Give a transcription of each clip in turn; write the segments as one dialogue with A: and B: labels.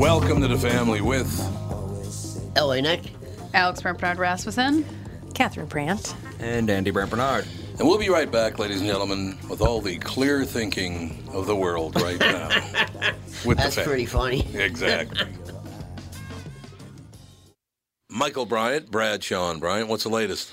A: Welcome to the family with
B: LA Nick.
C: Alex Bernard Rasmussen.
D: Catherine Brandt.
E: And Andy Brant Bernard.
A: And we'll be right back, ladies and gentlemen, with all the clear thinking of the world right now. with
B: That's
A: the fam-
B: pretty funny.
A: Exactly. Michael Bryant, Brad Sean Bryant, what's the latest?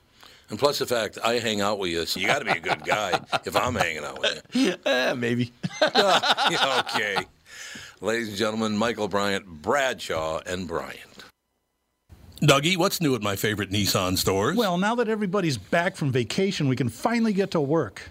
A: And plus the fact I hang out with you, so you got to be a good guy if I'm hanging out with you.
F: Eh, maybe.
A: Yeah, okay. Ladies and gentlemen, Michael Bryant, Bradshaw, and Bryant. Dougie, what's new at my favorite Nissan stores?
G: Well, now that everybody's back from vacation, we can finally get to work.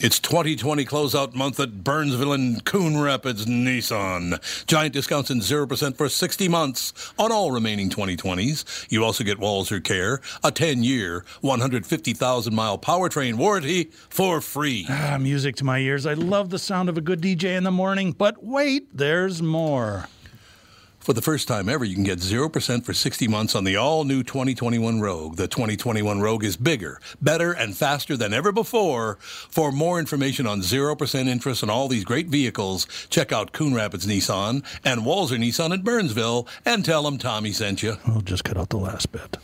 A: It's 2020 closeout month at Burnsville and Coon Rapids Nissan. Giant discounts and 0% for 60 months on all remaining 2020s. You also get Walzer Care, a 10 year, 150,000 mile powertrain warranty for free.
G: Ah, music to my ears. I love the sound of a good DJ in the morning, but wait, there's more.
A: For the first time ever, you can get 0% for 60 months on the all new 2021 Rogue. The 2021 Rogue is bigger, better, and faster than ever before. For more information on 0% interest on all these great vehicles, check out Coon Rapids Nissan and Walzer Nissan at Burnsville and tell them Tommy sent you.
G: I'll just cut out the last bit.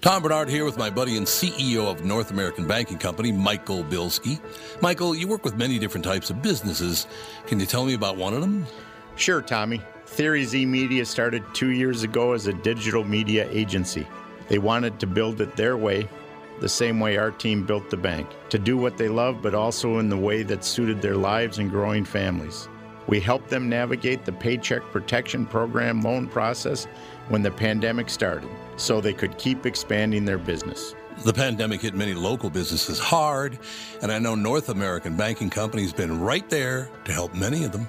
A: Tom Bernard here with my buddy and CEO of North American Banking Company, Michael Bilski. Michael, you work with many different types of businesses. Can you tell me about one of them?
H: Sure, Tommy. Theory Z Media started two years ago as a digital media agency. They wanted to build it their way, the same way our team built the bank, to do what they love, but also in the way that suited their lives and growing families. We helped them navigate the Paycheck Protection Program loan process when the pandemic started so they could keep expanding their business.
A: The pandemic hit many local businesses hard, and I know North American Banking Company's been right there to help many of them.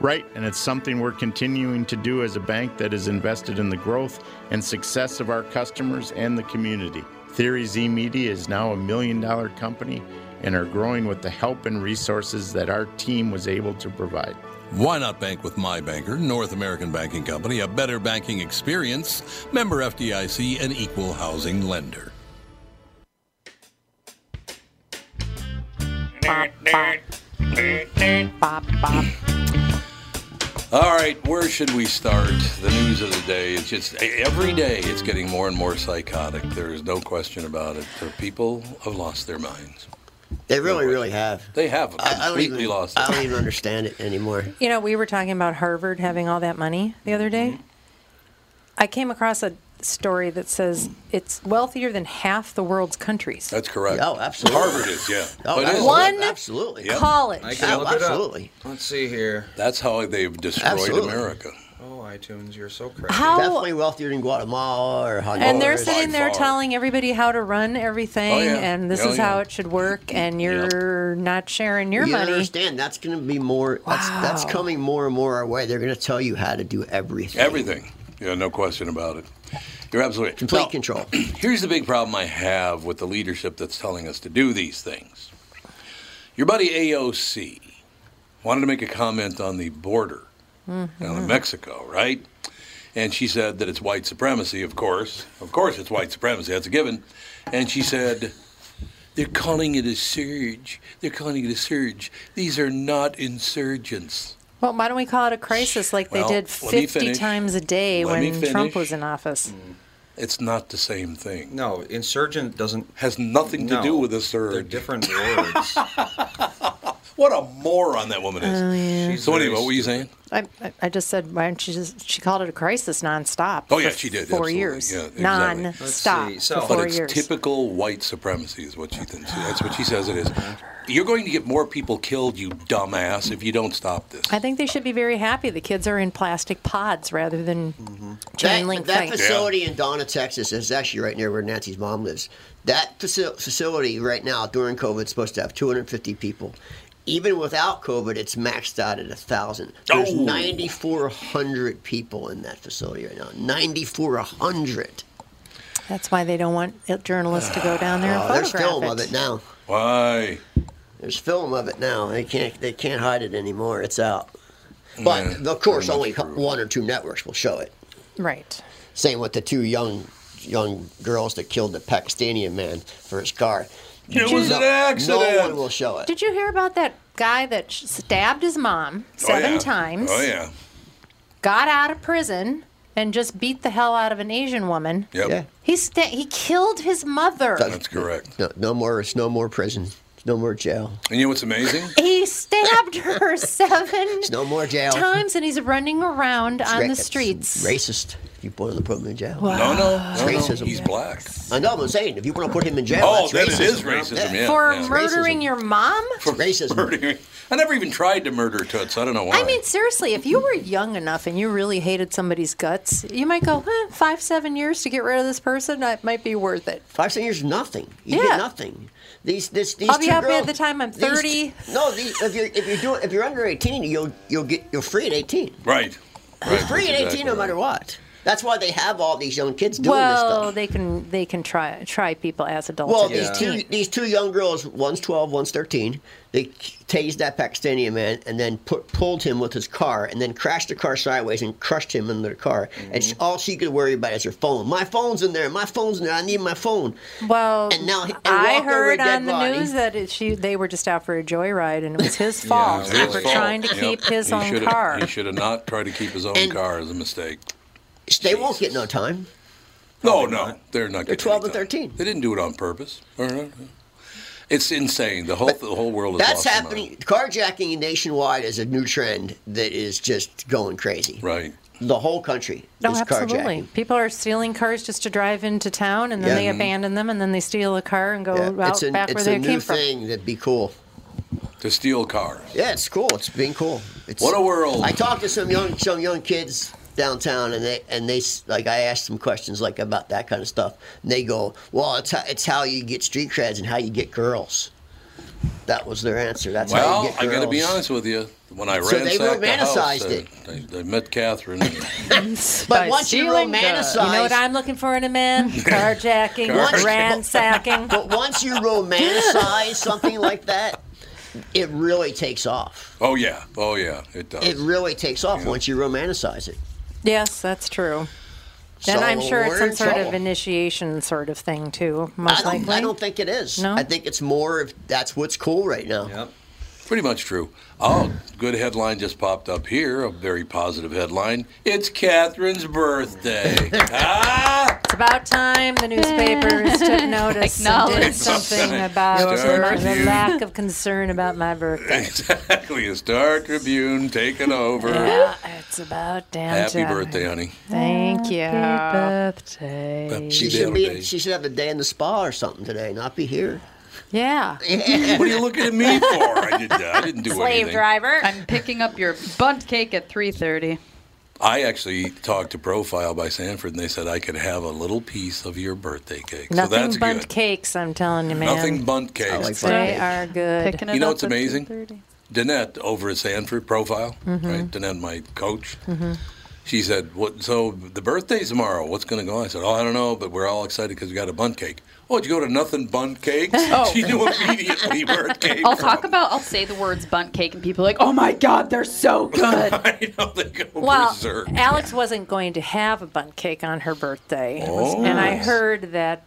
H: Right, and it's something we're continuing to do as a bank that is invested in the growth and success of our customers and the community. Theory Z Media is now a million dollar company and are growing with the help and resources that our team was able to provide.
A: Why not bank with my banker, North American Banking Company, a better banking experience, member FDIC, and equal housing lender.
D: Bop, bop.
A: All right, where should we start? The news of the day is just e-, every day it's getting more and more psychotic. There is no question about it. The people have lost their minds.
B: They really, really have.
A: They have
B: I, I don't
A: completely
B: even,
A: lost
B: I
A: it.
B: don't even understand it anymore.
D: You know, we were talking about Harvard having all that money the other day.
A: Mm-hmm.
D: I came across a story that says it's wealthier than half the world's countries.
A: That's correct.
B: Oh, absolutely.
A: Harvard is, yeah.
B: Oh,
A: It is.
B: absolutely.
D: One
B: absolutely.
A: Yep.
D: College.
E: I
B: Yeah,
E: can look it up.
B: absolutely.
E: Let's see here.
A: That's how they've destroyed
B: Absolutely.
A: America.
E: Oh, iTunes, you're so crazy.
D: How?
B: Definitely wealthier than Guatemala or Honduras.
D: and they're
A: By
D: sitting there
A: far.
D: telling everybody how to run everything,
A: Oh, yeah.
D: and this
A: Oh,
D: is
A: yeah.
D: how it should work, and you're not sharing your
B: you
D: money.
B: understand that's going to be more. That's, that's
D: Wow.
B: coming more and more our way. They're going to tell you how to do everything.
A: Everything. Yeah, no question about it. You're absolutely
B: Complete
A: Now,
B: control.
A: Here's the big problem I have with the leadership that's telling us to do these things. Your buddy AOC wanted to make a comment on the border
D: Mm-hmm.
A: down in Mexico, right? And she said that it's white supremacy, of course. Of course, it's white supremacy. That's a given. And she said, they're calling it a surge. They're calling it a surge. These are not insurgents.
D: Well, why don't we call it a crisis like
A: Well,
D: they did
A: let me
D: 50
A: finish.
D: times a day
A: Let me
D: when
A: finish.
D: Trump
A: Mm,
D: was in office?
A: It's not the same thing.
E: No, insurgent doesn't.
A: Has nothing to
E: no,
A: do with a
E: They're
A: surge.
E: different words.
A: What a moron that woman
D: Oh,
A: is.
E: She's
A: So
E: very
A: anyway, what were you
E: stupid.
A: saying?
D: I, I- I just said why don't she just she called it a crisis nonstop.
A: Oh, yeah,
D: for
A: she did,
D: four
A: absolutely.
D: years
A: Yeah, exactly. Let's
D: nonstop
E: see, so-
D: for
E: But
D: four
A: but it's
D: years.
A: typical white supremacy is what she thinks. That's what she says it is. You're going to get more people killed, you dumbass, if you don't stop this.
D: I think they should be very happy. The kids are in plastic pods rather than chain
B: That,
D: link
B: that
D: fence.
B: facility in Donna, Texas, is actually right near where Nancy's mom lives. That faci- facility right now during COVID is supposed to have 250 people. Even without COVID, it's maxed out at 1,000. There's
A: Oh.
B: 9,400 people in that facility right now. 9,400.
D: That's why they don't want journalists to go down there and
B: Oh, there's
D: photograph
B: film
D: it.
B: of it now.
A: Why?
B: There's film of it now. They can't they can't hide it anymore. It's out. But
A: Yeah,
B: of course,
A: pretty
B: only
A: much true.
B: one or two networks will show it.
D: Right.
B: Same with the two young young girls that killed the Pakistani man for his car.
A: It was an accident.
B: No one will show it.
D: Did you hear about that guy that sh- stabbed his mom seven
A: oh, yeah.
D: times?
A: Oh, yeah.
D: Got out of prison and just beat the hell out of an Asian woman.
A: Yep.
B: Yeah.
D: He sta- he killed his mother.
A: That's correct.
B: No, no more. It's no more prison. It's no more jail.
A: And you know what's amazing?
D: He stabbed her seven
B: It's no more jail.
D: times, and he's running around
B: It's
D: on
B: ra-
D: the
B: it's
D: streets.
B: Racist. If you put him put him in jail.
A: No, no, no, no.
B: Racism.
A: He's black.
B: I know. I'm saying if you want to put him in jail,
A: Oh, then
B: that's
A: it
B: racism.
A: is racism. Yeah.
D: for
A: yeah.
D: murdering
B: Racism.
D: your mom?
B: For racism.
A: Murdering. I never even tried to murder Toots. I don't know why.
D: I mean, seriously, if you were young enough and you really hated somebody's guts, you might go, eh, five, seven years to get rid of this person, that might be worth it.
B: Five cent years, nothing. You
D: Yeah.
B: get nothing. These, this, these.
D: I'll be
B: two
D: happy
B: girls,
D: at the time I'm
B: these two-
D: 30.
B: no, these, if you're if you're doing if you're under eighteen, you'll you'll get you're free at eighteen.
A: right.
B: You're
A: Right,
B: free
A: that's
B: at
A: exactly
B: eighteen, no
A: right.
B: matter what. That's why they have all these young kids doing this
D: Well,
B: stuff.
D: they can they can try try people as adults.
B: well,
D: at
E: Yeah.
B: these two
D: 18.
B: these two young girls, one's twelve, one's thirteen. They tased that Pakistani man and then put, pulled him with his car and then crashed the car sideways and crushed him in the car. And
D: Mm-hmm.
B: she, all she could worry about is her phone. My phone's in there. My phone's in there. I need my phone.
D: Well,
B: And now he- and
D: I
B: walk over a
D: heard
B: dead
D: on the
B: body.
D: news that it, she they were just out for a joyride and it was his fault
E: it
A: His
E: was
D: for
E: his fault.
D: trying to
A: Yep.
D: keep his
A: He
D: own
A: shoulda-
D: car.
A: He should have not tried to keep his own
B: And-
A: car as a mistake.
B: They won't get no time.
A: No, no, they're not. getting
B: They're 12
A: any
B: and
A: time.
B: 13.
A: They didn't do it on purpose. Uh-huh. It's insane. The whole the whole world is
B: That's happening. Carjacking nationwide is a new trend that is just going crazy.
A: Right.
B: The whole country
D: No,
B: is
D: Oh, absolutely.
B: carjacking.
D: People are stealing cars just to drive into town, and then
B: Yeah.
D: they
B: Mhm.
D: abandon them, and then they steal a car and go
B: Yeah,
D: out
B: It's a,
D: back where
B: it's
D: they
B: a new
D: came from.
B: thing that'd be cool.
A: To steal cars.
B: Yeah, it's cool. It's being cool. It's,
A: What a world.
B: I talked to some young some young kids downtown, and they and they s- like I asked them questions like about that kind of stuff, and they go, "Well, it's how, it's how you get street creds and how you get girls." That was their answer. That's how you
A: Well,
B: get
A: I
B: girls.
A: got to be honest with you. When I
B: So they
A: ransacked the house,
B: romanticized it.
A: I, I- I met Catherine. and-
B: But
D: By
B: once you
D: stealing the- you know
B: romanticize-
D: what I'm looking for in a man? Carjacking,
A: Car-
D: ransacking.
B: But once you romanticize something like that, it really takes off.
A: oh yeah, oh yeah, it does.
B: It really takes off once you romanticize it.
D: yes, that's true. Then
B: So
D: I'm sure it's
B: we're
D: some
B: in
D: sort of
B: trouble.
D: initiation sort of thing too,
B: I
D: most
B: don't,
D: likely.
B: I don't think it is.
D: No?
B: I think it's more of that's what's cool right now.
E: Yep.
A: Pretty much true. Oh, good headline just popped up here. A very positive headline. It's Catherine's birthday. ah,
D: It's about time the newspapers took notice and did
C: Acknowledge.
D: something about
A: Star
D: my- the
A: Tribune.
D: lack of concern about my birthday.
A: exactly. A Star Tribune taking over.
D: Yeah, it's about damn
A: Happy
D: time.
A: birthday, honey.
D: Thank you.
B: She
A: She did
B: should be.
A: okay.
B: She should have a day in the spa or something today, not be here.
D: Yeah.
A: What are you looking at me for? I, did, I didn't do anything.
D: driver.
C: I'm picking up your bunt cake at 3:30.
A: I actually talked to Profile by Sanford, and they said I could have a little piece of your birthday cake. so
D: Nothing
A: that's
D: bunt
A: good.
D: cakes, I'm telling you, man.
A: Nothing bunt cakes.
B: I like bunt
D: They
B: cakes.
D: are good.
C: Picking it
A: You know
C: up
A: what's
C: at
A: amazing?
C: 3:30.
A: Danette over at Sanford Profile, right? Danette, my coach. She said, "What? So the birthday's tomorrow. What's going to go?" on?" I said, "Oh, I don't know, but we're all excited because we got a bun cake." Oh, did you go to nothing bun cakes? She knew immediately where it came
C: Oh. I'll
A: from.
C: talk about. I'll say the words bunt cake, and people are like, "Oh my God, they're so good."
A: I know they go
D: Well,
A: berserk.
D: Alex wasn't going to have a bunt cake on her birthday.
A: Oh.
D: And I heard that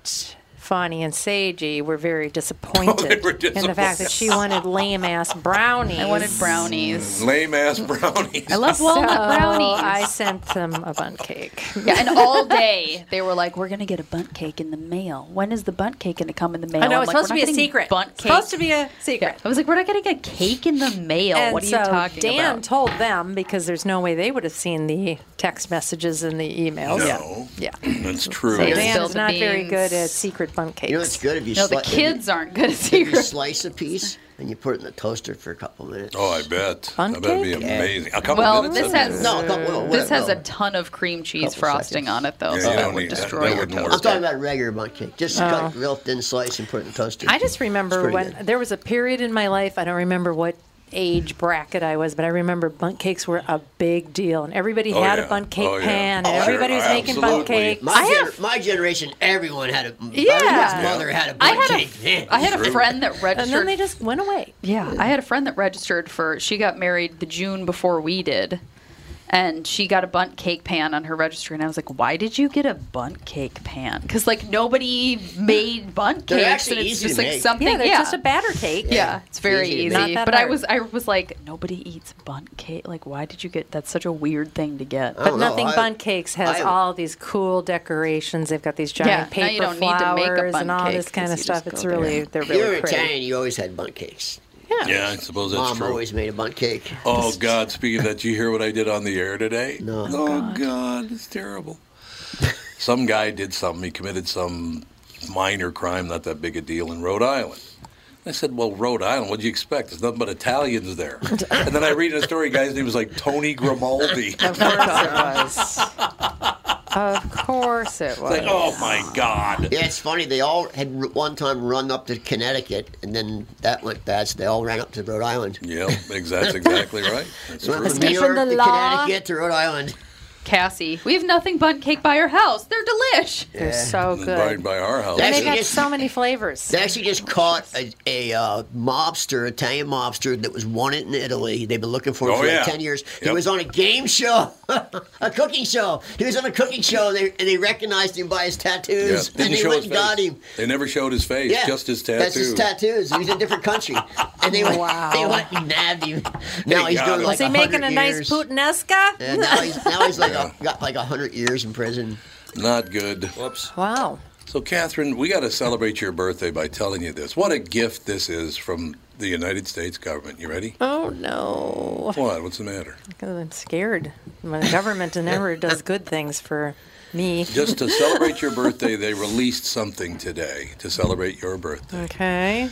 D: Stefani and Seiji were very disappointed,
A: were
D: in the fact that she wanted lame ass brownies.
C: I wanted brownies.
A: Mm, Lame ass brownies.
C: I love walnut brownies.
D: I sent them a bun cake.
C: yeah, and all day they were like, "We're gonna get a bunt cake in the mail. When is the bunt cake gonna come in the mail?"
D: I know
C: I'm
D: it's
C: like,
D: supposed to
C: "We're
D: be a
C: not getting
D: secret.
C: Bunt
D: It's
C: cake.
D: supposed to be a secret.
C: Yeah. I was like, "We're not getting a cake in the mail.
D: And
C: what are
D: so
C: you talking
D: Dan
C: about?"
D: told them because there's no way they would have seen the text messages and the emails.
A: No.
D: Yeah. yeah.
A: That's true.
D: So
C: They
D: Dan
C: spilled
D: is
C: the
D: not very
C: beans.
D: good at secret bunk cakes.
B: You know, it's good if you,
C: no, the
B: sli- if you-
C: kids aren't good at
B: if you
C: secret.
B: slice a piece and you put it in the toaster for a couple minutes.
A: Oh, I bet.
D: Fun
A: I bet it'd be
D: cake?
A: amazing. A couple
C: Well,
A: minutes.
C: this
A: of it.
C: has
B: No, a couple, well,
C: this
B: whatever,
C: has a
B: no.
C: ton of cream cheese
B: Couple
C: frosting
B: seconds.
C: on it, though,
A: Yeah,
C: so
A: you
C: that
A: don't
C: would
A: need that.
C: destroy
A: That
C: your
A: wouldn't work.
B: I'm
C: toast.
B: talking about a regular bun cake. Just cut real thin slice and put it in the toaster.
D: Oh. I just remember
B: pretty
D: when
B: good.
D: there was a period in my life. I don't remember what age bracket I was, but I remember bunt cakes were a big deal, and everybody
A: Oh,
D: had
A: yeah.
D: a bunt cake
A: Oh, yeah.
D: pan,
A: Oh, sure.
D: and everybody was making bunt
A: Absolutely.
D: cakes.
B: my,
D: I
B: gener-
D: have
B: my generation, everyone had a.
D: Yeah.
B: Everyone's mother had a
C: I
B: bun
C: had
B: cake. Man.
C: a, I had a friend that registered.
D: and then they just went away.
C: Yeah, I had a friend that registered for. She got married the June before we did, and she got a bunt cake pan on her registry. And I was like, "Why did you get a bunt cake pan? Because like nobody made bunt
B: They're
C: cakes,
B: actually
C: and it's
B: easy
C: just
B: to
C: like
B: make.
C: something.
D: Yeah,
C: Yeah,
D: they're just a batter cake.
C: yeah, it's very
B: easy to
C: easy.
B: make.
D: Not that
C: But I
D: hard.
C: was I was like, nobody eats bunt cake. Like, why did you get? That's such a weird thing to get.
B: I
D: But
B: don't know,
D: nothing
B: I-
D: bun cakes has
B: I-
D: all these cool decorations. They've got these
C: Yeah,
D: giant
C: now
D: paper
C: you don't need to
D: flowers
C: make a bun
D: and all
C: cake
D: this kind
C: 'cause
D: of
C: you
D: stuff.
C: just
D: It's
C: go there.
D: really they're
B: If You're
D: really pretty.
B: Italian. You always had bun cakes.
A: Yeah, I suppose that's
B: Mom
A: true.
B: always made a bun cake.
A: Oh God! Speaking of that, you hear what I did on the air today?
B: No.
A: Oh God, it's terrible. some guy did something. He committed some minor crime, not that big a deal, in Rhode Island. I said, "Well, Rhode Island, what'd you expect? There's nothing but Italians there." and then I read in a story, guy's name was like Tony Grimaldi. It's
D: Of course it was. Of course it was.
A: like, oh my God!
B: Yeah, it's funny. They all had r- one time run up to Connecticut, and then that went bad, so they all ran up to Rhode Island.
A: Yeah, ex- that's exactly right. That's
B: Went from
A: true.
B: New
D: Escaping
B: York
D: the
B: to
D: law.
B: Connecticut to Rhode Island.
C: Cassie, we have nothing bunt cake by your house. They're delish.
D: They're so
A: And By,
D: good.
A: by our house,
D: And
B: That's
D: they
B: it.
D: got so many flavors.
B: They actually just caught a, a uh, mobster, Italian mobster, that was wanted in Italy. They've been looking for him
A: Oh,
B: for
A: yeah.
B: like 10 years. He
A: Yep.
B: was on a game show, a cooking show. He was on a cooking show, and they, and they recognized him by his
A: Yeah,
B: tattoos.
A: didn't
B: and they
A: show
B: went
A: his
B: and
A: face.
B: got him.
A: They never showed his face,
B: Yeah,
A: just his tattoo.
B: That's his tattoos. He was in a different country. And they,
D: Wow.
B: went, they went and nabbed him. Now
A: They
B: he's
A: got
B: doing
A: him.
B: like
D: Was he making
B: 100
D: a nice
B: years.
D: putinesca?
B: And now he's, now he's like a, got like 100 years in prison.
A: Not good.
E: Whoops.
D: Wow.
A: So, Catherine, we got to celebrate your birthday by telling you this. What a gift this is from the United States government. You ready?
D: Oh no.
A: What? What's the matter?
D: I'm scared. My government never does good things for me.
A: Just to celebrate your birthday, they released something today to celebrate your birthday.
D: Okay.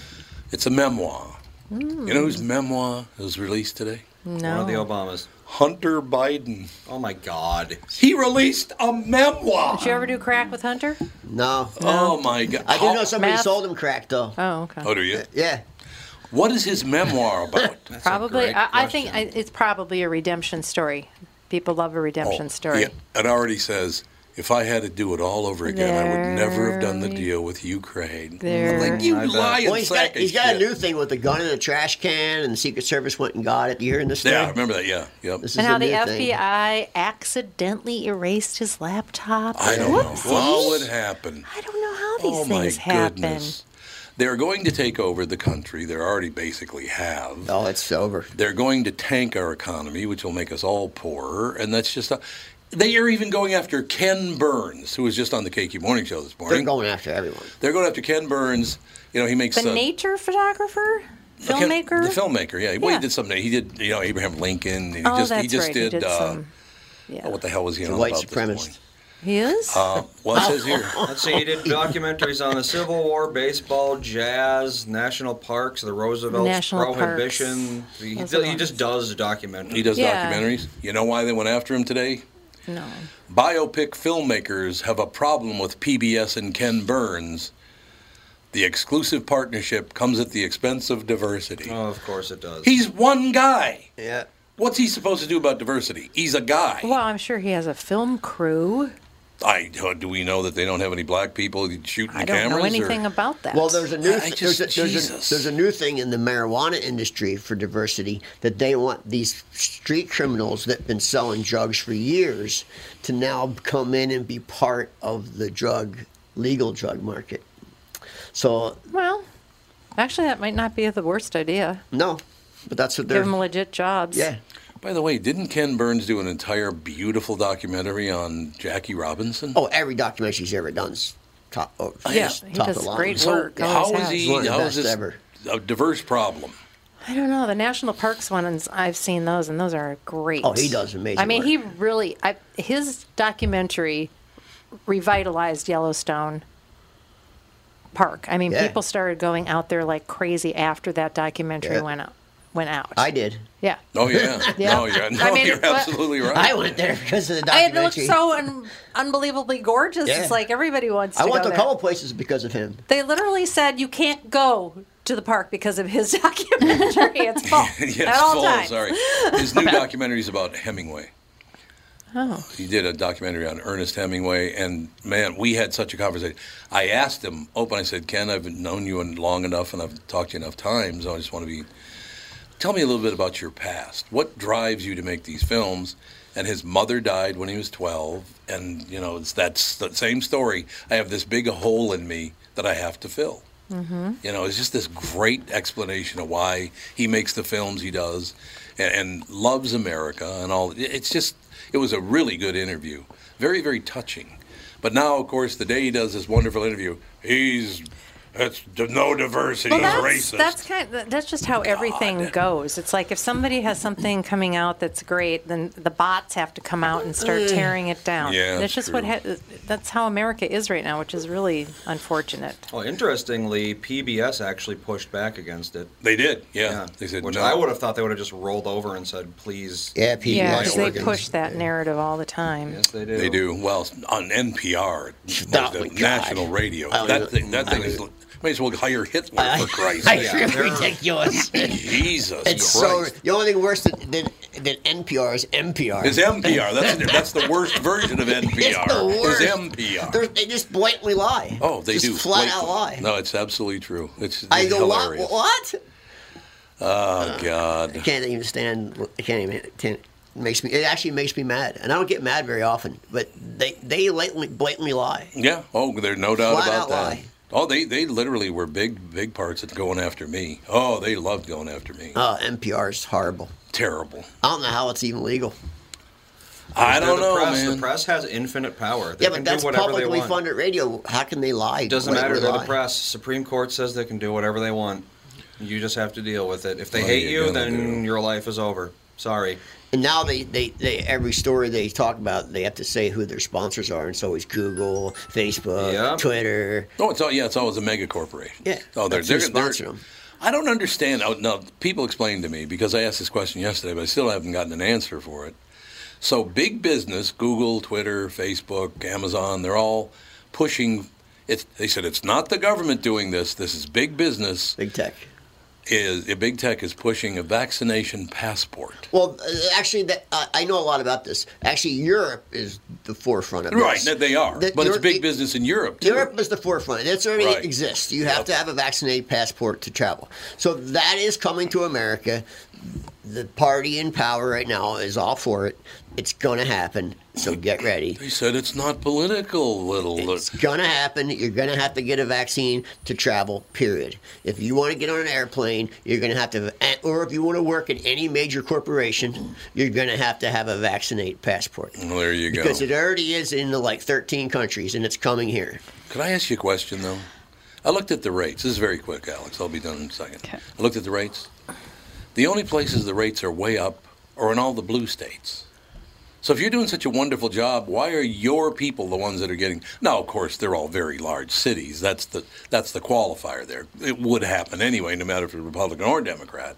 A: It's a memoir. You know whose memoir was released today?
E: One of the
D: No.
E: Obamas.
A: Hunter Biden.
E: Oh my God.
A: He released a memoir.
D: Did you ever do crack with Hunter?
B: No.
A: Oh my God!
B: I do know somebody
D: Math.
B: sold him crack, though.
D: Oh, okay.
A: Oh, do you?
B: Uh, Yeah.
A: What is his memoir about?
E: a
D: probably.
E: great
D: I, I think I,
E: question.
D: it's probably a redemption story. People love a redemption
A: Oh,
D: story.
A: yeah. It already says, if I had to do it all over again, I would never have done the
D: There-
A: deal with Ukraine.
D: there-
A: I'm like, you
E: I bet.
A: lying
B: Well, he's
A: sack
B: got,
A: of
B: he's got a
A: shit."
B: new thing with the gun in a trash can, and the Secret Service went and got it. You hearing this?
A: Yeah, I
B: thing?
A: remember that. Yeah, yep.
B: This is
D: And how
B: a
D: the
B: new thing.
D: FBI accidentally erased his laptop.
A: I don't know
D: Whoopsie.
A: how it happened.
D: I don't know how
A: Oh
D: these
A: my
D: things happen.
A: goodness! They're going to take over the country. They already basically have.
B: Oh, it's over.
A: They're going to tank our economy, which will make us all poorer, and that's just. A, they are even going after Ken Burns, who was just on the KQ Morning Show this
B: They're
A: morning.
B: going after everyone.
A: They're going after Ken Burns. You know, he makes
D: The
A: uh,
D: nature photographer,
A: Ken-
D: filmmaker.
A: the filmmaker. Yeah, well,
D: Yeah.
A: he did something. He did, you know, Abraham Lincoln. And he
D: Oh,
A: just,
D: that's
A: he just
D: right.
A: did.
D: he did
A: uh,
D: some. Yeah.
A: oh, what the hell was he
B: The
A: on
B: white
A: about this morning?
B: supremacist.
D: He is.
A: Uh, well, it says here.
E: Let's see. He did documentaries on the Civil War, baseball, jazz, national parks, the Roosevelt's
D: National
E: prohibition.
D: parks.
E: He,
D: Those
E: do-
D: are
E: he
D: the
E: just does documentaries.
A: He does
D: Yeah.
A: documentaries. You know why they went after him today?
D: no.
A: Biopic filmmakers have a problem with PBS and Ken Burns. The exclusive partnership comes at the expense of diversity.
E: Oh, of course it does.
A: He's one guy.
B: Yeah.
A: What's he supposed to do about diversity? He's a guy.
D: Well, I'm sure he has a film crew.
A: I uh, do we know that they don't have any black people shooting
D: I
A: the
D: don't
A: cameras?
D: know anything
A: or,
D: about that.
B: Well, there's a new
A: I
B: th-
A: just-
B: there's, a, there's,
A: Jesus.
B: a, there's a new thing in the marijuana industry for diversity that they want these street criminals that've been selling drugs for years to now come in and be part of the drug legal drug market. So
D: Well, actually, that might not be the worst idea.
B: no, but that's what
D: Give
B: they're.
D: them legit jobs.
B: yeah,
A: By the way, didn't Ken Burns do an entire beautiful documentary on Jackie Robinson?
B: Oh, every documentary she's ever done's top. Oh,
D: Yeah,
B: she's
D: he
B: top
D: does
B: of the line.
D: great
A: so
D: work.
A: how
D: always
A: is
D: has.
A: he?
B: He's one of the
A: How is
B: best
A: this
B: ever.
A: a diverse problem?
D: I don't know. The national parks ones, I've seen those, and those are great.
B: Oh, he does amazing
D: I mean,
B: work.
D: he really. I, his documentary revitalized Yellowstone Park. I mean,
B: Yeah.
D: people started going out there like crazy after that documentary
B: Yeah. Uh,
D: went out. Went out.
B: I did.
D: yeah.
A: Oh yeah,
D: Yeah.
A: no, you're, no,
D: I mean,
A: you're
D: it's what-
A: absolutely right.
B: I went there because of the
D: I had
B: documentary.
D: looked so un- unbelievably gorgeous.
B: Yeah.
D: It's like everybody wants. To
B: I went
D: go
B: to a
D: there.
B: couple places because of him.
D: They literally said you can't go to the park because of his documentary. it's full
A: yes,
D: at all
A: full,
D: times.
A: Sorry, his new documentary is about Hemingway. Oh, he did a documentary on Ernest Hemingway, and man, we had such a conversation. I asked him open. I said, "Ken, I've known you in- long enough, and I've talked to you enough times. I just want to be. Tell me a little bit about your past. What drives you to make these films?" And his mother died when he was twelve, and you know it's that s- that same story. I have this big hole in me that I have to fill. You know, it's just this great explanation of why he makes the films he does and, and loves America and all. It- It's just, it was a really good interview. Very, very touching. But now, of course, the day he does this wonderful interview, he's, it's d- no diversity,
D: Well,
A: he's
D: that's,
A: racist.
D: that's kind of, that's just how everything goes. It's like if somebody has something coming out that's great, then the bots have to come out and start tearing it down.
A: Yeah,
D: that's
A: that's
D: just what
A: true.
D: ha- that's how America is right now, which is really unfortunate.
E: Well, interestingly, PBS actually pushed back against it.
A: they did, yeah.
E: Yeah,
A: They said,
E: which
A: no.
E: I would have thought they would have just rolled over and said, "Please."
B: Yeah, PBS.
D: Yeah,
E: like
D: 'cause they
E: organs.
D: push that narrative all the time.
E: Yes, they do.
A: They do. Well, on NPR,
B: Oh,
A: the
B: my God.
A: national radio.
B: I
A: that
B: was-
A: thing, that thing
B: I
A: is, may as well hire Hitler,
B: I-
A: for Christ's
B: I-
A: sake.
E: Yeah, they're-
B: ridiculous.
A: Jesus
B: It's so
A: Christ.
B: the only thing worse than, than than NPR is NPR.
A: Is NPR. That's that's the worst version of NPR.
B: It's the worst.
A: Is NPR.
B: They're- they just blatantly lie.
A: oh, they
B: just
A: do
B: flat out
A: blatantly.
B: lie.
A: No, it's absolutely true. It's, it's
B: I go what?
A: hilarious.
B: What? Uh,
A: Oh God.
B: I can't even stand. I can't even. Can't, it makes me. It actually makes me mad, and I don't get mad very often. But they they blatantly, blatantly lie.
A: Yeah. Oh, there's no doubt
B: Flat
A: about
B: out
A: that.
B: lie.
A: Oh, they they literally were big big parts of going after me. Oh, they loved going after me.
B: Oh, NPR is horrible.
A: Terrible.
B: I don't know how it's even legal.
A: I
E: They're the
A: don't know,
E: press.
A: man.
E: The press has infinite power. They
B: yeah,
E: can
B: but that's
E: do whatever they
B: publicly
E: want.
B: funded radio. How can they lie?
E: It doesn't
B: Why
E: matter.
B: would
E: They're
B: lie?
E: the press. Supreme Court says they can do whatever they want. You just have to deal with it. If they
A: What are
E: hate
A: you
E: you,
A: gonna
E: then
A: do?
E: your life is over. Sorry.
B: And now they, they, they every story they talk about, they have to say who their sponsors are, and so it's Google, Facebook,
E: Yep.
B: Twitter.
A: Oh, it's all, yeah, it's always a mega corporation.
B: Yeah,
A: Oh, they're
B: that's who
A: they're, they're
B: sponsored 'em.
A: I don't understand. Oh, no, people explain to me because I asked this question yesterday, but I still haven't gotten an answer for it. So big business, Google, Twitter, Facebook, Amazon, they're all pushing. It's, they said it's not the government doing this. This is big business.
B: Big tech.
A: Is big tech is pushing a vaccination passport?
B: Well, uh, actually, that, uh, I know a lot about this. Actually, Europe is the forefront of
A: Right,
B: this.
A: that they are,
B: That
A: but it's
B: Europe-
A: big business in Europe too.
B: Europe is the forefront. That's already
A: Right.
B: exists. You have
A: Yep.
B: to have a vaccinated passport to travel. So that is coming to America. The party in power right now is all for it. It's going to happen. So get ready.
A: They said it's not political, little.
B: It's going to happen. You're going to have to get a vaccine to travel, period. If you want to get on an airplane, you're going to have to, eh, or if you want to work in any major corporation, you're going to have to have a vaccinated passport.
A: Well, there you go.
B: Because it already is in the, like 13 countries and it's coming here.
A: Could I ask you a question, though? I looked at the rates. This is very quick, Alex. I'll be done in a second.
C: Okay.
A: I looked at the rates. The only places the rates are way up are in all the blue states. So if you're doing such a wonderful job, why are your people the ones that are getting? Now, of course, they're all very large cities. That's the that's the qualifier there. It would happen anyway, no matter if you're Republican or Democrat.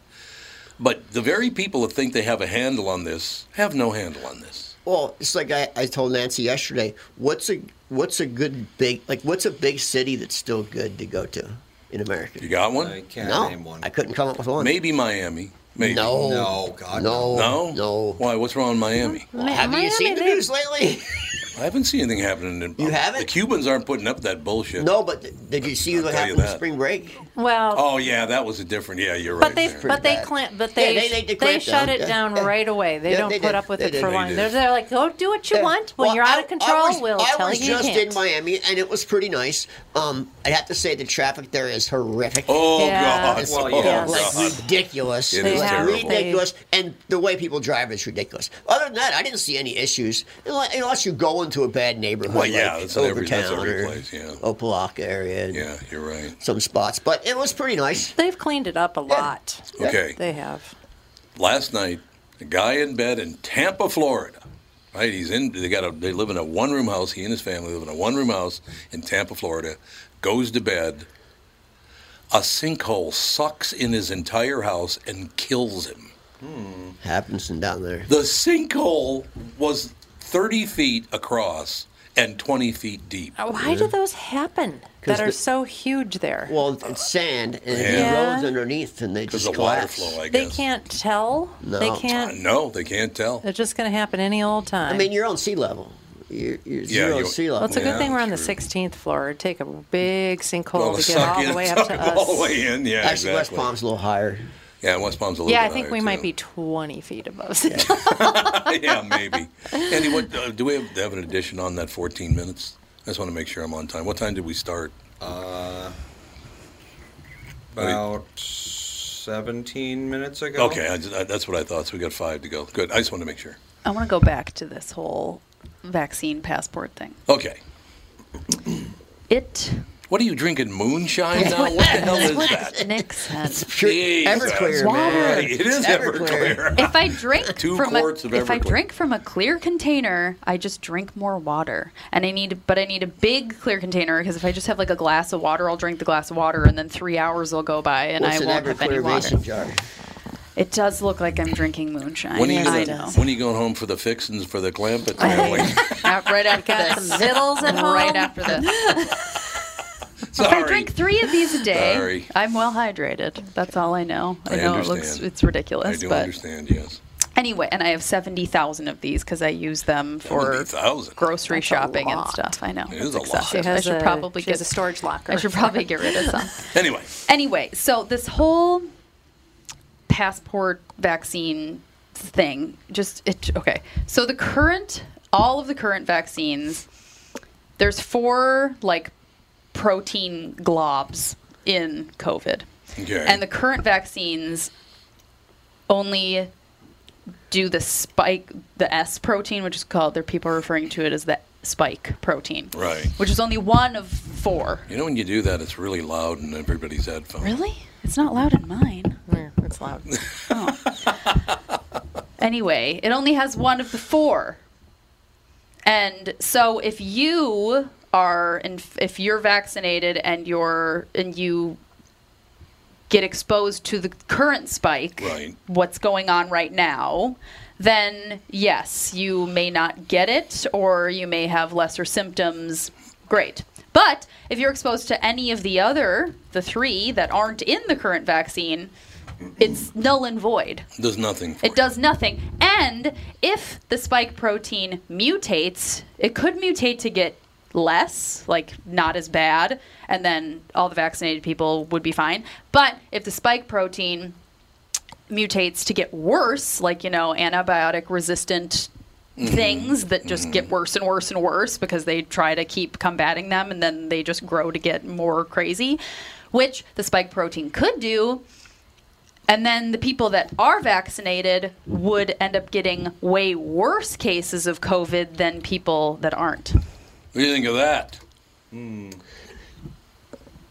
A: But the very people that think they have a handle on this have no handle on this.
B: Well, it's like I, I told Nancy yesterday. What's a what's a good big like what's a big city that's still good to go to in America?
A: You got one?
E: I can't
B: No,
E: name one.
B: I couldn't come up with one.
A: Maybe Miami. Maybe.
B: No.
E: No, God,
B: No.
A: No.
B: No.
A: Why? What's wrong with Miami?
B: Have you seen the
D: Miami, they-
B: news lately?
A: I haven't seen anything happening. In, uh,
B: You haven't?
A: The Cubans aren't putting up that bullshit.
B: no, but th- did you see
A: I'll
B: what
A: tell you
B: happened with
A: that.
B: spring break?
D: Well,
A: Oh yeah, that was a different. Yeah, you're
D: But
A: right.
D: they,
A: there.
D: but they,
B: bad.
D: cla- but
B: Yeah,
D: they,
B: they- they
D: they,
B: declared down.
D: shut it
B: Yeah,
D: down
B: yeah.
D: right away. They
B: Yeah,
D: don't
B: they
D: put
B: did.
D: up with
B: They
D: it
B: did.
D: for
B: They
D: long.
A: did.
D: They're, they're like, go do what you want. When
B: Well,
D: you're out
B: I-
D: of control,
B: I was,
D: we'll
B: I
D: tell
B: was
D: you you
B: just
D: can't.
B: in Miami, and it was pretty nice. Um, I I'd have to say the traffic there is horrific.
A: Oh
D: Yeah.
A: God!
E: Well,
A: oh,
E: yeah.
B: like
A: God.
B: ridiculous.
A: It is
B: Like,
A: terrible.
B: ridiculous, and the way people drive is ridiculous. Other than that, I didn't see any issues unless unless you go into a bad neighborhood,
A: Well, yeah,
B: like
A: that's in every- that's
B: Overtown
A: every
B: or
A: place, yeah.
B: Opelika area, and
A: Yeah, you're right.
B: some spots. But it was pretty nice.
D: They've cleaned it up a lot.
A: Okay.
D: They have.
A: last night, a guy in bed in Tampa, Florida. Right, he's in. They got a. They live in a one-room house. He and his family live in a one-room house in Tampa, Florida. Goes to bed. A sinkhole sucks in his entire house and kills him. Hmm.
B: Happens and down there.
A: The sinkhole was 30 feet across and 20 feet deep.
D: Uh, Why do those happen?
B: 'Cause
D: That are
B: the-
D: so huge there.
B: Well, it's sand and
A: Yeah.
B: the roads underneath, and they
A: Because
B: just
A: of water
B: collapse.
A: flow, I
D: they
A: guess.
D: can't tell. They
B: No.
D: can't.
A: No, they can't tell.
D: It's just going to happen any old time.
B: I mean, you're on sea level. You're, you're
A: Yeah,
B: zero
A: you-
B: sea level.
D: well, it's a good
A: Yeah,
D: thing we're on the
A: that's true.
D: 16th floor. It'd take a big sinkhole
A: Well,
D: to get
A: suck
D: all
A: in,
D: the way up
A: suck
D: to
A: it
D: us.
A: all the way in. Yeah,
B: Actually, West
A: exactly.
B: Palm's a little higher.
A: Yeah, West Palm's a little.
D: Yeah, I
A: bit
D: think
A: higher,
D: we might
A: too.
D: be 20 feet above. sea level.
A: yeah, maybe. Andy, what uh, do we have, have an addition on that 14 minutes? I just want to make sure I'm on time. What time did we start?
E: Uh, About 17 minutes ago.
A: Okay, I just, I, that's what I thought. So we got five to go. Good. I just want to make sure.
C: I want to go back to this whole vaccine passport thing.
A: Okay.
C: It
A: What are you drinking? Moonshine now? What the hell is that?
C: Nick said.
B: Pure
A: Jesus.
B: Everclear,
A: Right,
B: man.
A: It is Everclear.
C: If I drink
A: Two
C: from
A: quarts
C: a,
A: of
C: if I
A: Everclear.
C: drink from a clear container, I just drink more water, and I need but I need a big clear container because if I just have like a glass of water, I'll drink the glass of water, and then three hours will go by, and
B: What's
C: I
B: an
C: won't have any
B: Everclear
C: water.
B: mason jar?
C: It does look like I'm drinking moonshine.
A: When are, you
C: I
A: gonna,
C: know.
A: when are you going home for the fixins for the clampet?
C: Out- right after
D: Got
C: this.
D: some vittles at home.
C: Right after this.
A: Sorry.
C: If I drink three of these a day,
A: Sorry.
C: I'm well hydrated. That's all I know. I,
A: I
C: know
A: understand.
C: it looks it's
A: I
C: ridiculous,
A: do
C: but
A: understand, yes.
C: anyway, and I have seventy thousand of these because I use them for
A: 70,000.
C: grocery
D: That's a
C: shopping and
D: lot.
C: stuff. I know
A: It is
C: it's
A: a lot.
D: She
C: excessive.
D: has
C: I should
D: a-
C: probably
D: she
C: get
D: has a storage locker.
C: I should probably get rid of some.
A: Anyway,
C: Anyway, so this whole passport vaccine thing, just it okay. So the current all of the current vaccines, there's four like protein globs in COVID.
A: Okay.
C: And the current vaccines only do the spike the S protein, which is called there people are referring to it as the spike protein.
A: Right.
C: Which is only one of four.
A: you know when you do that, it's really loud in everybody's headphones.
C: Really? It's not loud in mine. Oh.
D: Yeah, it's loud.
C: Anyway, it only has one of the four. And so if you are in, if you're vaccinated and you're and you get exposed to the current spike,
A: Right.
C: what's going on right now, then yes, you may not get it or you may have lesser symptoms. Great. But if you're exposed to any of the other, the three that aren't in the current vaccine, it's null and void.
A: Does nothing for
C: It does nothing. And if the spike protein mutates, it could mutate to get less, like not as bad, and then all the vaccinated people would be fine. But if the spike protein mutates to get worse, like, you know, antibiotic resistant
A: Mm-hmm.
C: things that just get worse and worse and worse because they try to keep combating them and then they just grow to get more crazy, which the spike protein could do. And then the people that are vaccinated would end up getting way worse cases of COVID than people that aren't.
A: What do you think of that?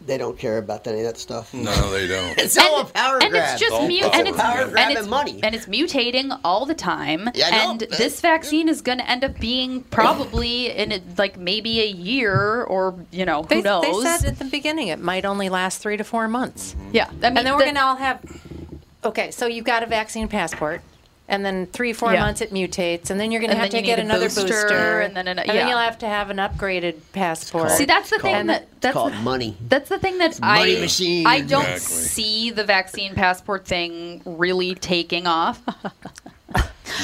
B: They don't care Hmm. about any of that stuff.
A: No, they don't.
B: It's all a power
C: and
B: grab.
C: it's just
A: All
C: mu-
A: power
C: and it's,
A: grab. Power
C: and
B: grab
C: it's-
B: and money.
C: and it's mutating all the time.
B: Yeah, I know.
C: and this vaccine is going to end up being probably in a, like maybe a year or you know who
D: They,
C: knows.
D: they said at the beginning it might only last three to four months.
A: Mm-hmm.
C: yeah, I mean,
D: And then we're
C: the-
D: going to all have, okay, so you've got a vaccine passport. And then three, four
C: Yeah.
D: months it mutates, and then you're going to
C: And
D: have
C: then
D: to
C: you
D: get
C: need a
D: another
C: booster,
D: booster,
C: and then an-
D: and then
C: yeah.
D: you'll have to have an upgraded passport.
C: See, that's the
B: It's called-
C: thing that that's
B: called
C: the-
B: money.
C: That's the thing that I
B: money machine.
C: I don't
A: Exactly.
C: see the vaccine passport thing really taking off.
A: Get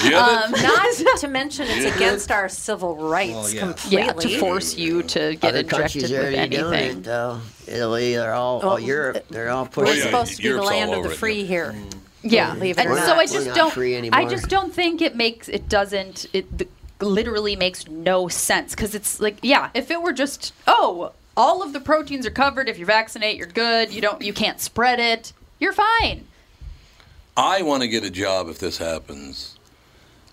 A: it?
D: Um, not to mention it's against our civil rights
E: Well, yeah.
C: yeah,
D: completely.
C: to force you to get
B: Other
C: injected
B: countries
C: with
B: are already doing
C: anything.
B: it, though. Italy, they're all, all
D: Well,
B: Europe, they're all
D: We're
A: Oh,
B: pushing.
A: yeah,
D: supposed to be the
A: Europe's all
D: land of the
A: over it,
D: free
A: yeah.
D: here.
C: Yeah,
D: Believe it
C: and
D: or
C: so
D: not.
C: I
B: We're
C: just
B: not
C: don't.
B: free anymore.
C: I just don't think it makes it doesn't it th- literally makes no sense because it's like yeah, if it were just oh all of the proteins are covered. If you vaccinate, you're good. You don't, you can't spread it. You're fine.
A: I want to get a job if this happens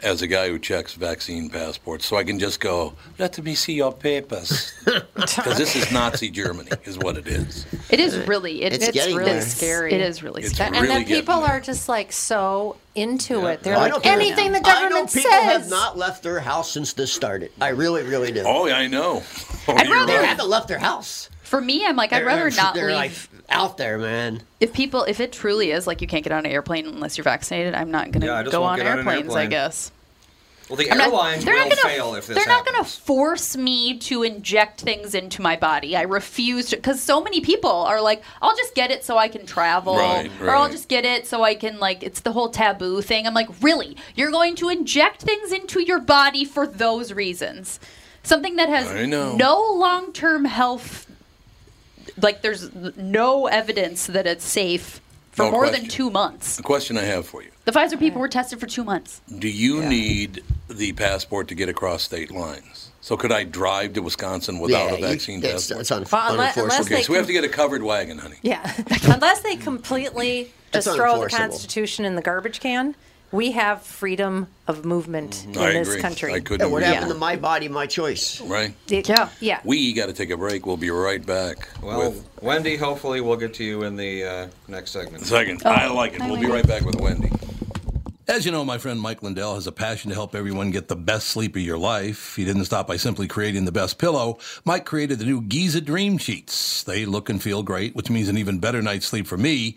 A: as a guy who checks vaccine passports so I can just go, let me see your papers. Because this is Nazi Germany, is what it is.
C: It is really, it,
B: It's
C: it's,
B: getting
C: really
B: there.
C: scary. It is really
A: It's
C: scary.
D: and
A: really
D: that people
A: getting there.
D: are just like so into it. They're
B: I don't
D: like
B: care.
D: anything the
B: I know
D: government
B: people
D: says.
B: have not left their house since this started. I really, really do.
A: Oh, yeah, I know. Oh,
C: I'd
A: you're
C: rather-
B: they
A: right.
B: haven't left their house.
C: For me, I'm like, I'd
B: They're-
C: rather
B: they're-
C: not
B: they're
C: leave.
B: like out there, man.
C: if people, if it truly is like you can't get on an airplane unless you're vaccinated, I'm not going to
E: Yeah, I just
C: go
E: won't
C: on
E: get on an
C: airplanes, I
E: airplane.
C: guess.
E: Well, the
C: I'm not-
E: airlines
C: they're
E: will
C: not gonna,
E: fail if this
C: They're not going to
E: happens.
C: force me to inject things into my body. I refuse to, because so many people are like, I'll just get it so I can travel,
A: Right,
C: or I'll
A: right.
C: just get it so I can, like, it's the whole taboo thing. I'm like, really? You're going to inject things into your body for those reasons? Something that has
A: I know.
C: no long term health, like, there's no evidence that it's safe for
A: No
C: more than
A: question.
C: two months.
A: The question I have for you
C: The Pfizer people were tested for two months.
A: Do you need the passport to get across state lines? So could I drive to Wisconsin without a
B: you-
A: vaccine
B: it's,
A: passport?
B: it's un-
D: Well, unless-
B: unenforceable.
D: unless
A: okay,
D: they
A: so we have
D: can-
A: to get a covered wagon, honey.
D: Yeah, unless they completely
B: It's
D: just throw the
B: unenforceable.
D: Constitution in the garbage can, we have freedom of movement in
A: I
D: this
A: agree.
D: country.
A: I couldn't
B: Yeah, what
A: agree
B: happened
A: more.
B: to my body, my choice?
A: Right?
D: yeah, yeah.
A: We got to take a break. We'll be right back.
E: Well,
A: with
E: Wendy, hopefully we'll get to you in the uh, next segment.
A: Second, I like it.
C: Oh, I
A: We'll
C: like
A: be
C: it.
A: right back with Wendy. As you know, my friend Mike Lindell has a passion to help everyone get the best sleep of your life. He didn't stop by simply creating the best pillow. Mike created the new Giza Dream Sheets. They look and feel great, which means an even better night's sleep for me,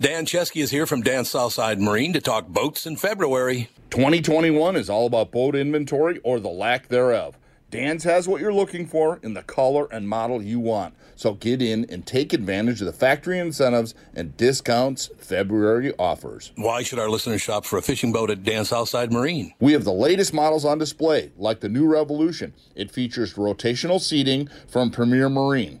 A: Dan Chesky is here from Dan Southside Marine to talk boats in February.
I: 2021 is all about boat inventory or the lack thereof. Dan's has what you're looking for in the color and model you want. So get in and take advantage of the factory incentives and discounts February offers.
A: Why should our listeners shop for a fishing boat at Dan Southside Marine?
I: We have the latest models on display, like the new Revolution. It features rotational seating from Premier Marine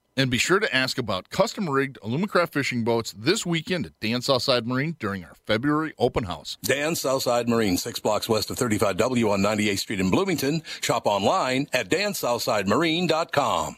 I: And be sure to ask about custom rigged Alumacraft fishing boats this weekend at Dan Southside Marine during our February open house.
A: Dan Southside Marine, six blocks west of 35W on 98th Street in Bloomington. Shop online at dansouthsidemarine.com.